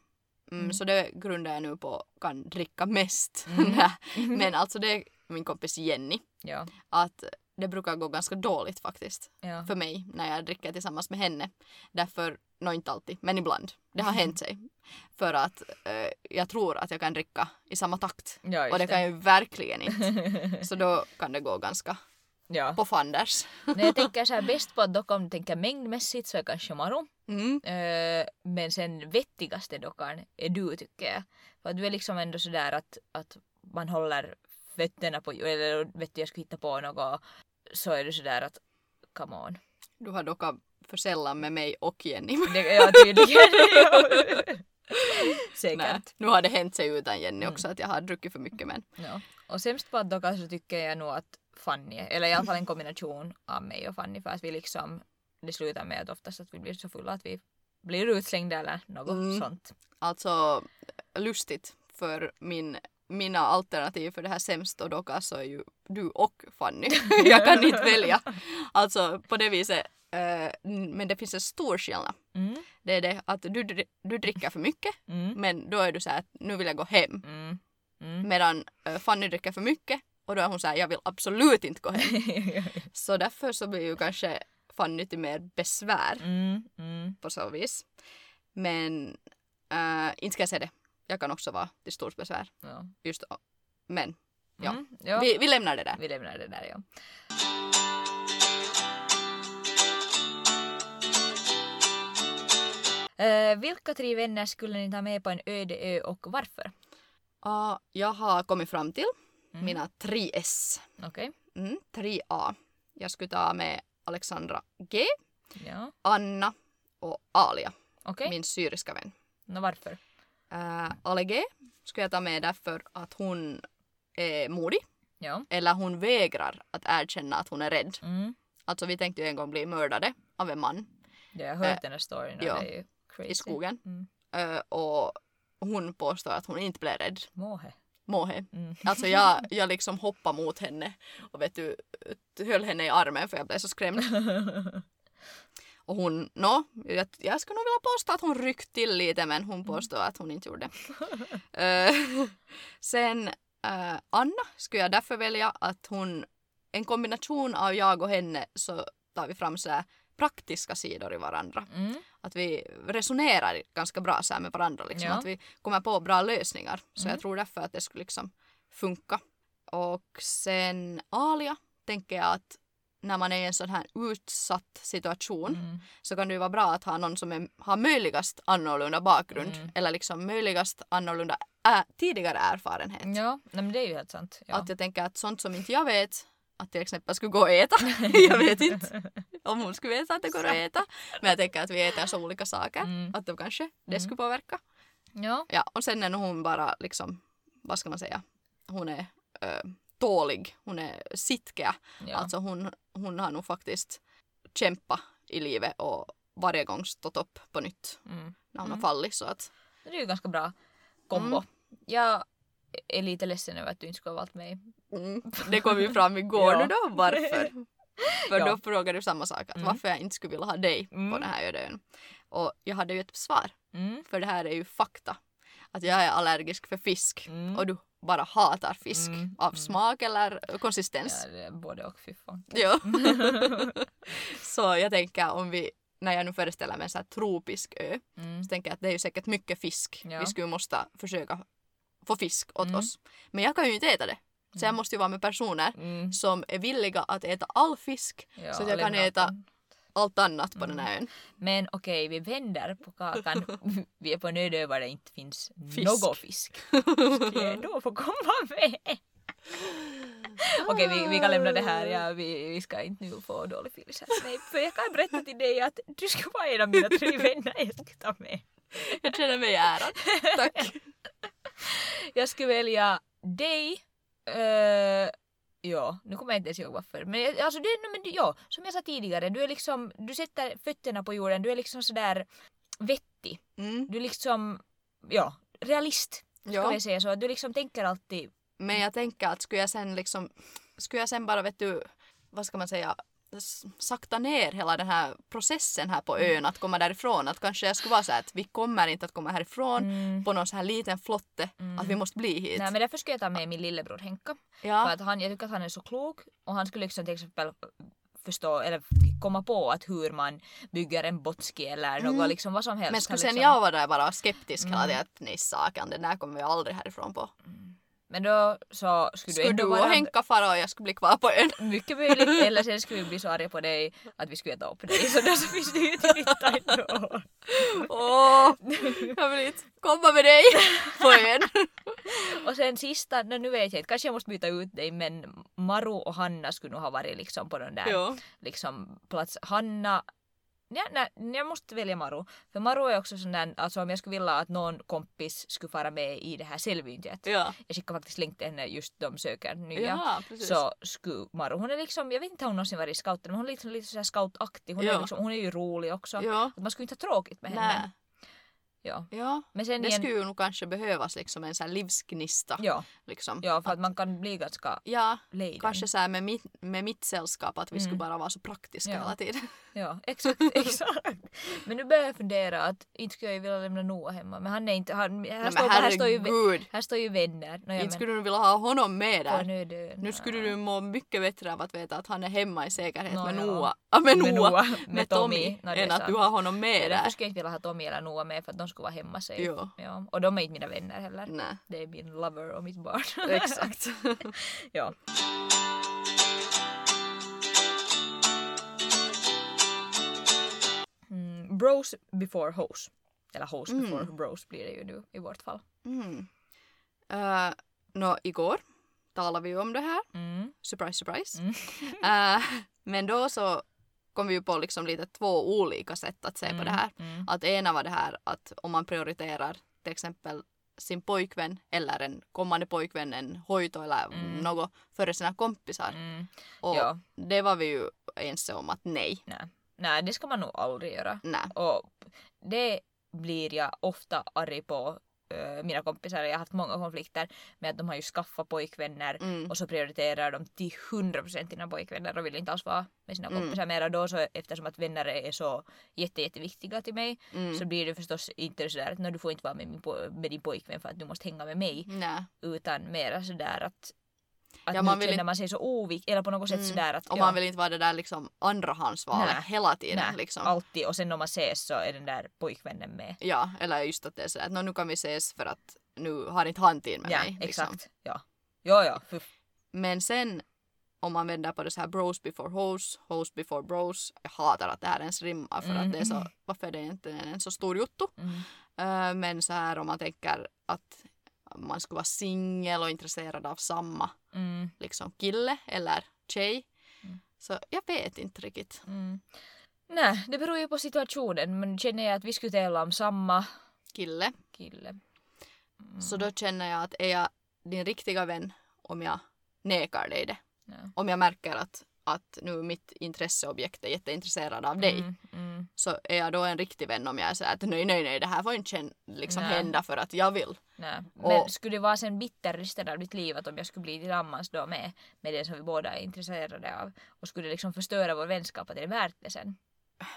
B: Mm,
C: Mm.
B: Så det grundar jag nu på kan dricka mest.
C: Mm.
B: Nä. Men alltså det är min kompis Jenny.
C: Ja,
B: Att det brukar gå ganska dåligt faktiskt.
C: ja.
B: För mig när jag dricker tillsammans med henne. Därför, nå inte alltid, men ibland. Det
C: Mm.
B: har hänt sig. För att eh, jag tror att jag kan dricka i samma takt.
C: ja just
B: Och det kan
C: det.
B: jag ju verkligen inte. Så då kan det gå ganska
C: ja.
B: på fanders.
C: När jag tänker så här bäst på att docka om du tänker mängdmässigt så är kanske Maru.
B: Mm.
C: Eh, men sen vettigaste dockan är du tycker jag. För att du är liksom ändå sådär att, att man håller fötterna på jorden. Eller vet du jag skulle hitta på något. Så är du sådär att come on.
B: Du har dockat för sällan med mig och Jenny.
C: Det, ja tydligen.
B: Nej,
C: Säkert.
B: nu har det hänt sig utan Jenny
C: Mm.
B: också att jag har druckit för mycket men
C: Ja. Och sämst på att docka så tycker jag nog att Fanny, eller i alla fall en kombination av mig och Fanny för att vi liksom det slutar med att oftast att vi blir så fulla att vi blir utslängda eller något
B: Mm.
C: sånt.
B: alltså lustigt för min, mina alternativ för det här sämst och docka så är ju du och Fanny. jag kan inte välja. Alltså på det viset. eh, men det finns en stor skillnad.
C: Mm.
B: Det är det att du, dri- du dricker för mycket
C: Mm.
B: men då är du så här att nu vill jag gå hem.
C: Mm. Mm.
B: Medan eh, Fanny dricker för mycket och då är hon så här jag vill absolut inte gå hem. Så därför så blir ju kanske Fanny till mer besvär
C: mm. Mm.
B: på så vis. Men äh, inte ska jag säga det. Jag kan också vara till stort besvär.
C: Ja.
B: Just Men Ja.
C: Mm. ja. Vi...
B: vi, vi lämnar det där.
C: lämnar det där ja. Eh, vilka tre vänner skulle ni ta med på en öde ö och varför?
B: Ah, jag har kommit fram till
C: Mm.
B: mina 3S.
C: Okej.
B: Mm, 3A. Jag skulle ta med Alexandra G,
C: Ja.
B: Anna och Alia,
C: Okej.
B: min syriska vän.
C: Nå varför?
B: Äh, Ale G skulle jag ta med därför att hon är modig.
C: Ja.
B: Eller hon vägrar att erkänna att hon är rädd.
C: Mm.
B: Alltså vi tänkte ju en gång bli mördade av en man
C: Ja, jag har hört
B: Eh,
C: den här storyn och
B: ja.
C: det är ju crazy.
B: i skogen.
C: Mm.
B: Ö, och hon påstår att hon inte blev rädd.
C: Måhe.
B: Måhe.
C: Mm.
B: Alltså jag, jag liksom hoppade mot henne och vet du, höll henne i armen för jag blev så skrämd. Mm. Och hon, nå, jag, jag skulle nog vilja påstå att hon ryckte till lite men
C: Mm.
B: hon påstår att hon inte gjorde. Ö, sen eh, Anna skulle jag därför välja att hon, en kombination av jag och henne så tar vi fram så här praktiska sidor i varandra
C: Mm.
B: att vi resonerar ganska bra så här med varandra. Liksom.
C: Ja.
B: Att vi kommer på bra lösningar. Så
C: Mm.
B: jag tror därför att det skulle liksom funka. Och sen Alia tänker jag att när man är i en sån här utsatt situation
C: Mm.
B: så kan det ju vara bra att ha någon som är, har möjligast annorlunda bakgrund.
C: Mm.
B: Eller liksom möjligast annorlunda ä- tidigare erfarenhet.
C: Ja, nej, men det är ju helt sant. Ja.
B: Att jag tänker att sånt som inte jag vet att till exempel skulle gå och äta. jag vet inte om hon skulle veta att det går att äta. Men jag tänker att vi äter så olika saker.
C: Mm.
B: Att då kanske det
C: Mm.
B: skulle påverka.
C: Ja.
B: Ja, och sen är nog hon bara liksom, vad ska man säga, hon är äh, tålig, hon är sitkeä.
C: ja.
B: Alltså hon, hon har nog faktiskt kämpat i livet och varje gång stått upp på nytt
C: Mm.
B: när hon
C: Mm.
B: har fallit. Så att,
C: Det är ju ganska bra kombo.
B: Mm.
C: Jag är lite ledsen över att du inte skulle ha valt mig.
B: mm, det kom ju fram igår
C: Ja.
B: nu då, varför? För
C: Ja.
B: då frågade du samma sak, att
C: Mm.
B: varför jag inte skulle vilja ha dig
C: Mm.
B: på den här öde ön. Och jag hade ju ett svar,
C: Mm.
B: för det här är ju fakta. Att jag är allergisk för fisk.
C: Mm.
B: och du bara hatar fisk
C: Mm,
B: av
C: mm.
B: smak eller konsistens.
C: Ja, det är både och fy fan.
B: Ja. så jag tänker om vi när jag nu föreställer mig en sån här tropisk ö,
C: Mm.
B: så tänker jag att det är ju säkert mycket fisk.
C: Ja.
B: Vi skulle måste försöka få fisk åt
C: Mm.
B: oss. Men jag kan ju inte äta det. Så jag
C: Mm.
B: måste ju vara med personer
C: Mm.
B: som är villiga att äta all fisk,
C: Ja,
B: så att jag kan
C: lämna
B: äta
C: den.
B: allt annat på
C: Mm.
B: den här ön.
C: Men okej, vi vänder på kakan. vi är på en öde där det inte finns
B: Fisk.
C: någon fisk. Ska jag ändå få komma med? Okej, vi, vi kan lämna det här. Ja, vi, vi ska inte nu få dålig feeling här. Nej, för jag kan berätta till dig att du ska vara en av mina tre vänner jag ska ta med.
B: Jag känner mig ärad. Tack.
C: Jag skulle välja dig. eh, ja, nu kommer jag inte ens ihåg varför. Men jag- alltså det är, no, men, du- ja, som jag sa tidigare, du är liksom, du sätter fötterna på jorden, du är liksom sådär vettig.
B: Mm.
C: Du är liksom, ja, realist. Ska
B: Ja.
C: vi säga så. att Du liksom tänker alltid,
B: Men jag tänker att skulle jag sen liksom, skulle jag sen bara vet du, vad ska man säga, s- sakta ner hela den här processen här på
C: Mm.
B: ön att komma därifrån. Att kanske jag skulle vara så här att vi kommer inte att komma härifrån
C: mm,
B: på någon så här liten flotte
C: Mm.
B: att vi måste bli hit.
C: nej men därför ska jag ta med min lillebror Henka. För
B: ja.
C: att han, jag tycker att han är så klok och han skulle liksom till exempel förstå eller komma på att hur man bygger en botski eller något
B: Mm.
C: liksom vad som helst.
B: Men skulle
C: Han
B: sen
C: liksom,
B: jag vara där bara skeptisk hela
C: Mm.
B: tiden att nej sakan, den där kommer vi aldrig härifrån på.
C: Men då så skulle,
B: Skulle
C: ändå
B: du och
C: vara
B: Henka fara och jag skulle bli kvar på ön?
C: mycket möjligt eller sen skulle vi bli så arga på dig att vi skulle äta upp dig så då så finns det ju till nytta ändå.
B: Åh, jag vill inte komma med dig på ön.
C: Och sen sista, no, nu vet jag inte, kanske jag måste byta ut dig men Maru och Hanna skulle nog ha varit liksom på den där
B: Jo.
C: liksom plats. Hanna, ja, nej, jag måste välja Maru. För Maru är också sån där, alltså om jag skulle vilja att någon kompis skulle fara med i det här selvyntet.
B: Ja.
C: Jag skickade faktiskt länk till henne just de söker nya.
B: Ja, precis.
C: så skulle Maru, hon är liksom, jag vet inte om hon någonsin varit scout, men hon är liksom lite sådär scoutaktig. Hon, är
B: Ja.
C: liksom, hon är ju rolig också.
B: Ja.
C: Att man skulle inte ha tråkigt med
B: Nä.
C: henne. Ja.
B: Ja.
C: Men sen
B: Det
C: igen,
B: skulle ju nog kanske behövas liksom en sån här livsgnista.
C: ja,
B: Liksom.
C: ja, för att man kan bli ganska
B: Ja,
C: lejden.
B: kanske så här med mitt, med mitt sällskap att vi skulle
C: Mm.
B: bara vara så praktiska
C: Ja.
B: hela tiden.
C: Ja, exakt, exakt. Men nu börjar jag fundera att inte skulle jag ju vilja lämna Noah hemma, men han är inte, han, här,
B: Nej,
C: står,
B: men
C: här, står ju, vä-
B: herregud,
C: här står ju vänner. No,
B: inte skulle du vilja ha honom med där.
C: nu, dö,
B: Nu skulle du må mycket bättre av att veta att han är hemma i säkerhet
C: Nå,
B: med
C: ja.
B: Noah, ja. med,
C: med
B: Noah,
C: Noah,
B: med, Tommy,
C: No, det är
B: än att du
C: sant.
B: har honom med
C: Därför
B: där.
C: skulle jag inte vilja ha Tommy eller Noah med för att de skulle vara hemma sig.
B: Jo.
C: Ja. Och de är inte mina vänner heller.
B: Nej,
C: Det är min lover och mitt barn.
B: exakt.
C: ja. Mm, bros before hoes. Eller hoes
B: Mm.
C: before bros blir det ju nu i vårt fall.
B: Mm. Uh, Nå, igår talade vi ju om det här.
C: Mm.
B: Surprise, surprise.
C: Mm.
B: Äh, men då så kom vi ju på liksom lite två olika sätt att se på det här.
C: Mm.
B: Att ena var det här att om man prioriterar till exempel sin pojkvän eller en kommande pojkvän, en hojto eller
C: Mm.
B: något före sina kompisar.
C: Mm.
B: Och
C: Ja,
B: det var vi ju ense om att nej,
C: nej. Nej, det ska man nog aldrig göra.
B: nej.
C: Och det blir jag ofta arg på eh, mina kompisar. Jag har haft många konflikter med att de har ju skaffat pojkvänner
B: Mm.
C: och så prioriterar de till 100% sina pojkvänner och vill inte alls vara med sina
B: Mm.
C: kompisar mera då så eftersom att vänner är så jätte, jätteviktiga till mig
B: Mm.
C: så blir det förstås inte sådär att "Nå, du får inte vara med, min po- med din pojkvän för att du måste hänga med mig
B: nej.
C: utan mera sådär att att
B: Mm. Ja,
C: nu
B: man vill
C: känner
B: inte-
C: man sig så oviktig eller på något sätt
B: Mm.
C: sådär att
B: Och
C: ja,
B: man vill inte vara det där liksom andrahandsvalet
C: Nej.
B: hela tiden.
C: nä,
B: Liksom.
C: alltid och sen om man ses så är den där pojkvännen med.
B: Ja, eller just att det är sådär att "Nå, nu kan vi ses för att nu har inte han tid med
C: ja,
B: mig. liksom.
C: exakt. Ja. Ja, ja. För,
B: Men sen om man vänder på det så här bros before hoes, hoes before bros. Jag hatar att det här ens rimmar för att det är så,
C: Mm.
B: varför är det egentligen en så stor jotto? Äh, men så här om man tänker att man skulle vara singel och intresserad av samma
C: mm,
B: liksom kille eller tjej.
C: Mm.
B: Så jag vet inte riktigt.
C: mm. Nej, det beror ju på situationen. Men känner jag att vi skulle tävla om samma
B: Kille.
C: kille. Mm.
B: Så då känner jag att är jag din riktiga vän om jag nekar dig det?
C: Ja.
B: Om jag märker att, att nu mitt intresseobjekt är jätteintresserad av dig.
C: Mm, mm,
B: så är jag då en riktig vän om jag säger att nej, nej, nej, det här får inte kän- liksom
C: Nej.
B: hända för att jag vill.
C: nej. Men
B: Och-
C: skulle det vara sen bitter resten av ditt liv att om jag skulle bli tillsammans då med, med den som vi båda är intresserade av och skulle det liksom förstöra vår vänskap att är det värt det sen?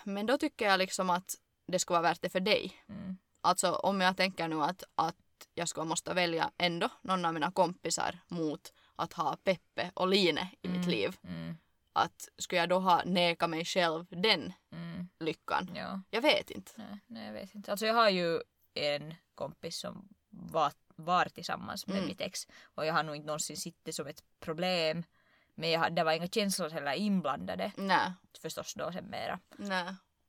B: Men då tycker jag liksom att det skulle vara värt det för dig.
C: Mm,
B: Alltså om jag tänker nu att, att jag skulle måste välja ändå någon av mina kompisar mot att ha Peppe och Line i mitt
C: Mm.
B: liv.
C: mm,
B: Att skulle jag då ha nekat mig själv den
C: mm,
B: lyckan.
C: Ja.
B: Jag vet inte.
C: Nej, nej, jag vet inte. Alltså jag har ju en kompis som var, var tillsammans med
B: Mm.
C: mitt ex och jag har nog inte någonsin sett det som ett problem. Men jag, har- det var inga känslor heller inblandade
B: Nej,
C: förstås då sen mera.
B: nej.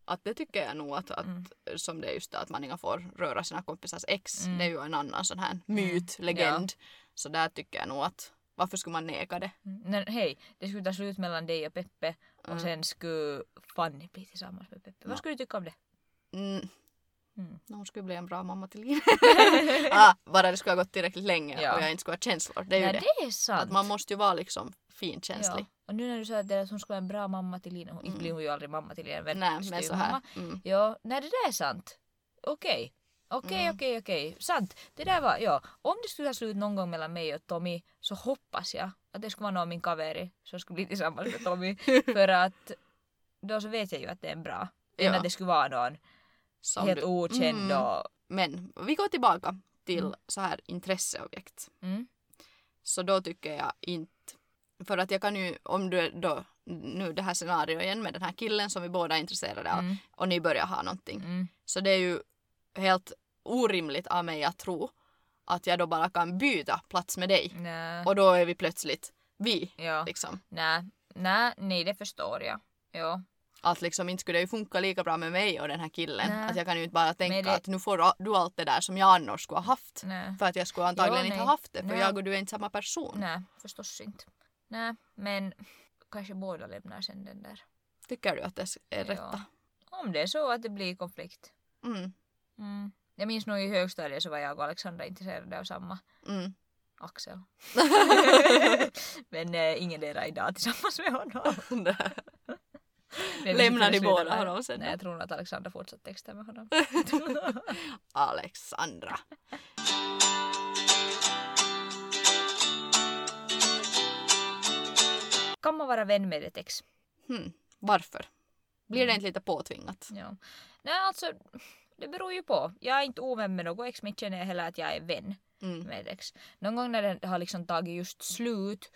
B: Att det tycker jag nog att, att
C: Mm.
B: som det är just det att man inte får röra sina kompisars ex.
C: Mm.
B: Det är ju en annan sån här myt, legend. Så där tycker jag nog att varför skulle man neka det?
C: Mm. Nej, hej, det skulle ta slut mellan dig och Peppe och
B: Mm.
C: sen skulle Fanny bli tillsammans med Peppe.
B: Ja.
C: Vad skulle du tycka om det?
B: Mm.
C: Mm.
B: No, hon skulle bli en bra mamma till livet. ah, bara det skulle ha gått tillräckligt länge
C: Ja.
B: och jag inte skulle ha känslor. Det är ju
C: Nej,
B: det.
C: det är sant.
B: Att man måste ju vara liksom finkänslig.
C: ja. Och nu när du sa att det- att hon skulle vara en bra mamma till Lina, hon inte blir hon ju aldrig mamma till Lina. men
B: Mm. Nej, men
C: styvmamma.
B: så här. Mm.
C: Ja, nej det där är sant. Okej. Okej,
B: Mm.
C: okej, okej. Sant. Det där var, ja. Om det skulle ha slut någon gång mellan mig och Tommy så hoppas jag att det skulle vara någon av min kaveri som skulle bli tillsammans med Tommy. för att då så vet jag ju att det är en bra. Än
B: Ja.
C: att det skulle vara någon
B: Som
C: helt
B: du-
C: okänd
B: Mm.
C: och...
B: Men vi går tillbaka till så här intresseobjekt.
C: Mm.
B: Så då tycker jag inte... För att jag kan ju, om du är då, nu det här scenariot igen med den här killen som vi båda är intresserade av
C: Mm.
B: och ni börjar ha någonting.
C: Mm.
B: Så det är ju helt orimligt av mig att tro att jag då bara kan byta plats med dig.
C: Nä.
B: Och då är vi plötsligt vi.
C: Mm. Ja.
B: Liksom.
C: Nä. Nä. Nej, det förstår jag. Ja.
B: Att liksom inte skulle det ju funka lika bra med mig och den här killen.
C: Nej.
B: Att jag kan ju inte bara tänka
C: Men det-
B: att nu får du allt det där som jag annars skulle ha haft.
C: Nä.
B: För att jag skulle antagligen
C: Jo,
B: inte
C: nej.
B: ha haft det för
C: Nej.
B: jag och du är inte samma person.
C: Nä, förstås inte. Nä, men kanske båda lämnar sen den där.
B: Tycker du att det är rätta?
C: Om det är så att det blir konflikt.
B: Mm.
C: Mm. Jag minns nog i högstadiet så var jag och Alexandra intresserade av samma
B: Mm.
C: Axel. Men eh, ingen är idag tillsammans med honom. Men vi
B: Lämnar ni
C: kunde sluta
B: båda
C: där.
B: honom sen då?
C: Nej, jag tror nog att Alexandra fortsatt texta med honom.
B: Alexandra.
C: kan man vara vän med ett ex?
B: Hmm. Varför? Blir det inte lite påtvingat?
C: Ja. Nej, alltså det beror ju på. Jag är inte ovän med något ex men inte känner jag heller att jag är vän.
B: Mm.
C: med ex. Någon gång när den har liksom tagit just slut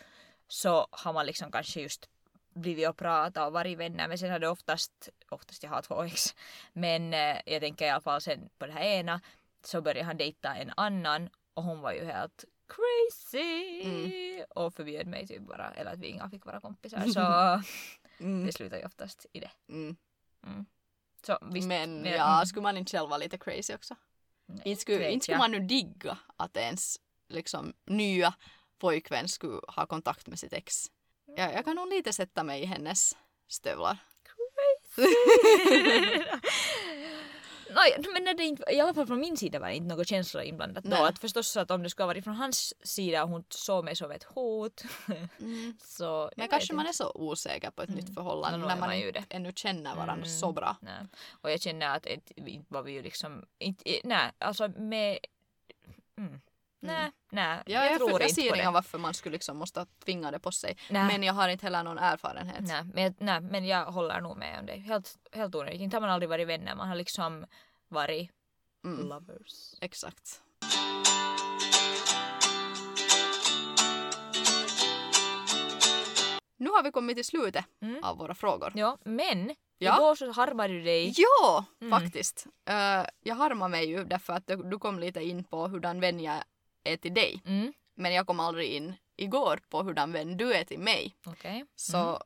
C: så har man liksom kanske just blivit och pratat och varit vänner men sen har det oftast, oftast jag har två ex, men eh, jag tänker i alla fall sen på det här ena så började han dejta en annan och hon var ju helt crazy
B: Mm.
C: och förbjöd mig typ bara, eller att vi inga fick vara kompisar så
B: Mm.
C: det slutar ju oftast i det.
B: Mm.
C: Så visst,
B: Men
C: men-
B: ja, skulle man inte själv vara lite crazy också?
C: Nej,
B: Inte skulle,
C: vet
B: inte skulle
C: jag.
B: man nu digga att ens liksom, nya pojkvän skulle ha kontakt med sitt ex. Jag, jag kan nog lite sätta mig i hennes stövlar.
C: Nåja, men när det inte, i alla fall från min sida var det inte några känslor inblandat då.
B: Nej.
C: Att förstås så att om det skulle ha varit från hans sida och hon såg mig som ett hot
B: Mm.
C: så... jag
B: Men
C: vet
B: kanske man
C: inte.
B: är så osäker på ett
C: Mm.
B: nytt förhållande
C: Nå, nå
B: när
C: är
B: man
C: man ju
B: inte ännu känner varandra
C: Mm.
B: så bra.
C: Nej. Och jag känner att ett, inte var vi ju liksom... Inte, eh, nej, alltså med... Mm. Nej, nej.
B: Ja, jag,
C: tror
B: jag,
C: inte på
B: ser
C: det.
B: inga varför man skulle liksom måste tvinga det på sig.
C: Nej.
B: Men jag har inte heller någon erfarenhet.
C: Nej men, jag- nej, men jag håller nog med om det. Helt, helt onödigt. Inte har man aldrig varit vänner, man har liksom varit
B: Mm.
C: lovers.
B: Exakt. Nu har vi kommit till slutet
C: Mm.
B: av våra frågor.
C: Ja, men
B: Ja.
C: igår så harmade du dig.
B: Ja,
C: Mm.
B: faktiskt. Äh, jag harmar mig ju därför att du kom lite in på hurdan vän jag är till dig.
C: Mm.
B: Men jag kom aldrig in igår på hurdan vän du är till mig.
C: Okej.
B: Så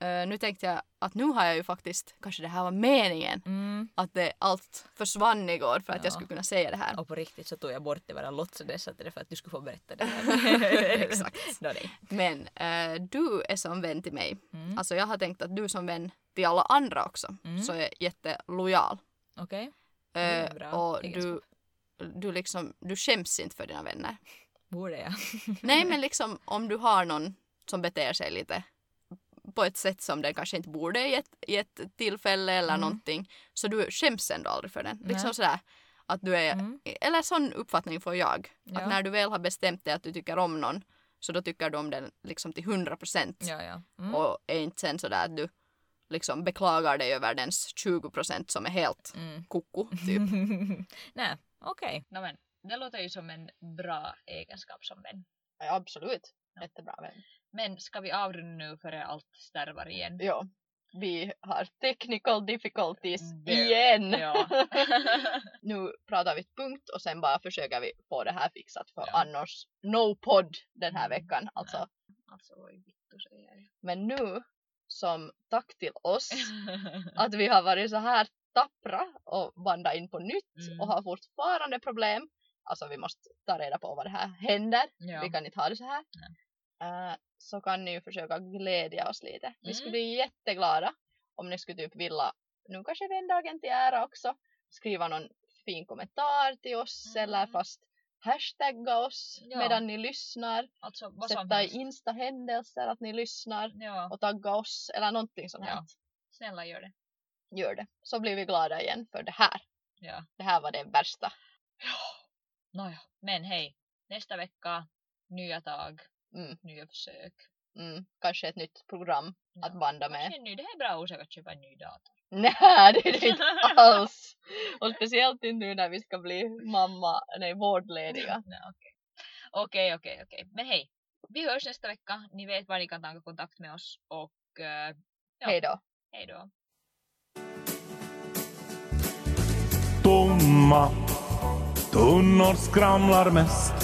C: Mm.
B: eh, nu tänkte jag att nu har jag ju faktiskt, kanske det här var meningen,
C: Mm.
B: att det allt försvann igår för att
C: Ja.
B: jag skulle kunna säga det här.
C: Och på riktigt så tog jag bort det bara låtsades att det är för att du skulle få berätta det här.
B: Exakt.
C: Nå, nej.
B: Men eh, du är som vän till mig.
C: Mm.
B: Alltså jag har tänkt att du som vän till alla andra också,
C: Mm.
B: så är jättelojal.
C: Okej.
B: Eh,
C: Det är en bra
B: och du,
C: egenskap.
B: du liksom, du skäms inte för dina vänner.
C: Borde jag?
B: Nej men liksom om du har någon som beter sig lite på ett sätt som den kanske inte borde i ett, i ett tillfälle eller
C: Mm.
B: någonting. Så du skäms ändå aldrig för den. Liksom
C: Nej.
B: sådär att du är,
C: Mm.
B: eller sån uppfattning får jag.
C: Ja.
B: Att när du väl har bestämt dig att du tycker om någon så då tycker du om den liksom till 100 procent.
C: Ja, ja. Mm.
B: Och är inte sen sådär att du liksom beklagar dig över dens 20 procent som är helt
C: Mm.
B: koko typ.
C: nej, okej. No, men, det låter ju som en bra egenskap som vän.
B: absolut. Jättebra vän.
C: Men ska vi avrunda nu före allt stärvar igen?
B: Ja. vi har technical difficulties
C: Very.
B: igen.
C: Ja.
B: Nu pratar vi ett punkt och sen bara försöker vi få det här fixat för
C: Ja. Mm.
B: annars no podd den här veckan. Alltså,
C: alltså voi vittu säger jag.
B: men nu som tack till oss
C: Mm.
B: att vi har varit så här tappra och bandat in på nytt
C: Mm.
B: och har fortfarande problem. Alltså vi måste ta reda på vad det här händer.
C: ja.
B: Vi kan inte ha det så här. Eh, så kan ni ju försöka glädja oss lite.
C: Mm.
B: Vi skulle bli jätteglada om ni skulle typ vilja, nu kanske vändagen till ära också, skriva någon fin kommentar till oss
C: Mm.
B: eller fast hashtagga oss
D: Ja.
B: medan ni lyssnar,
C: Alltså vad som
B: sätta i
C: helst.
B: insta-händelser att ni lyssnar
C: Ja,
B: och tagga oss eller någonting sånt här.
C: Ja. snälla gör det.
B: Gör det. Så blir vi glada igen för det här.
C: Ja.
B: Det här var det värsta.
C: Nåja, men hej. Nästa vecka, nya tag,
B: Mm.
C: nya försök.
B: Mm. Kanske ett nytt program
C: Ja.
B: att banda med.
C: Kanske en ny, det här är bra orsak att köpa en ny dator.
B: Nej, det är det inte alls. Och speciellt inte nu när vi ska bli mamma, nej vårdlediga.
C: Nej, okej. Okej, okej, okej. Men hej. Vi hörs nästa vecka. Ni vet var ni kan ta kontakt med oss och eh, Ja.
B: Hej då.
C: hej då.
A: Tomma tunnor skramlar mest.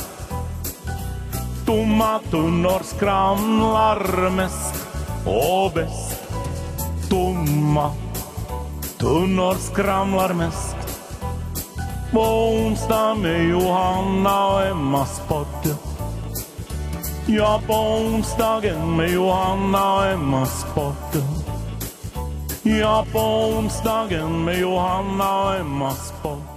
A: Tomma tunnor skramlar mest och bäst. Tomma tunnor skramlar mest. På onsdag med Johanna och Emmas podd. Ja, på onsdagen med Johanna och Emmas podd. Ja, på onsdagen med Johanna och Emmas podd.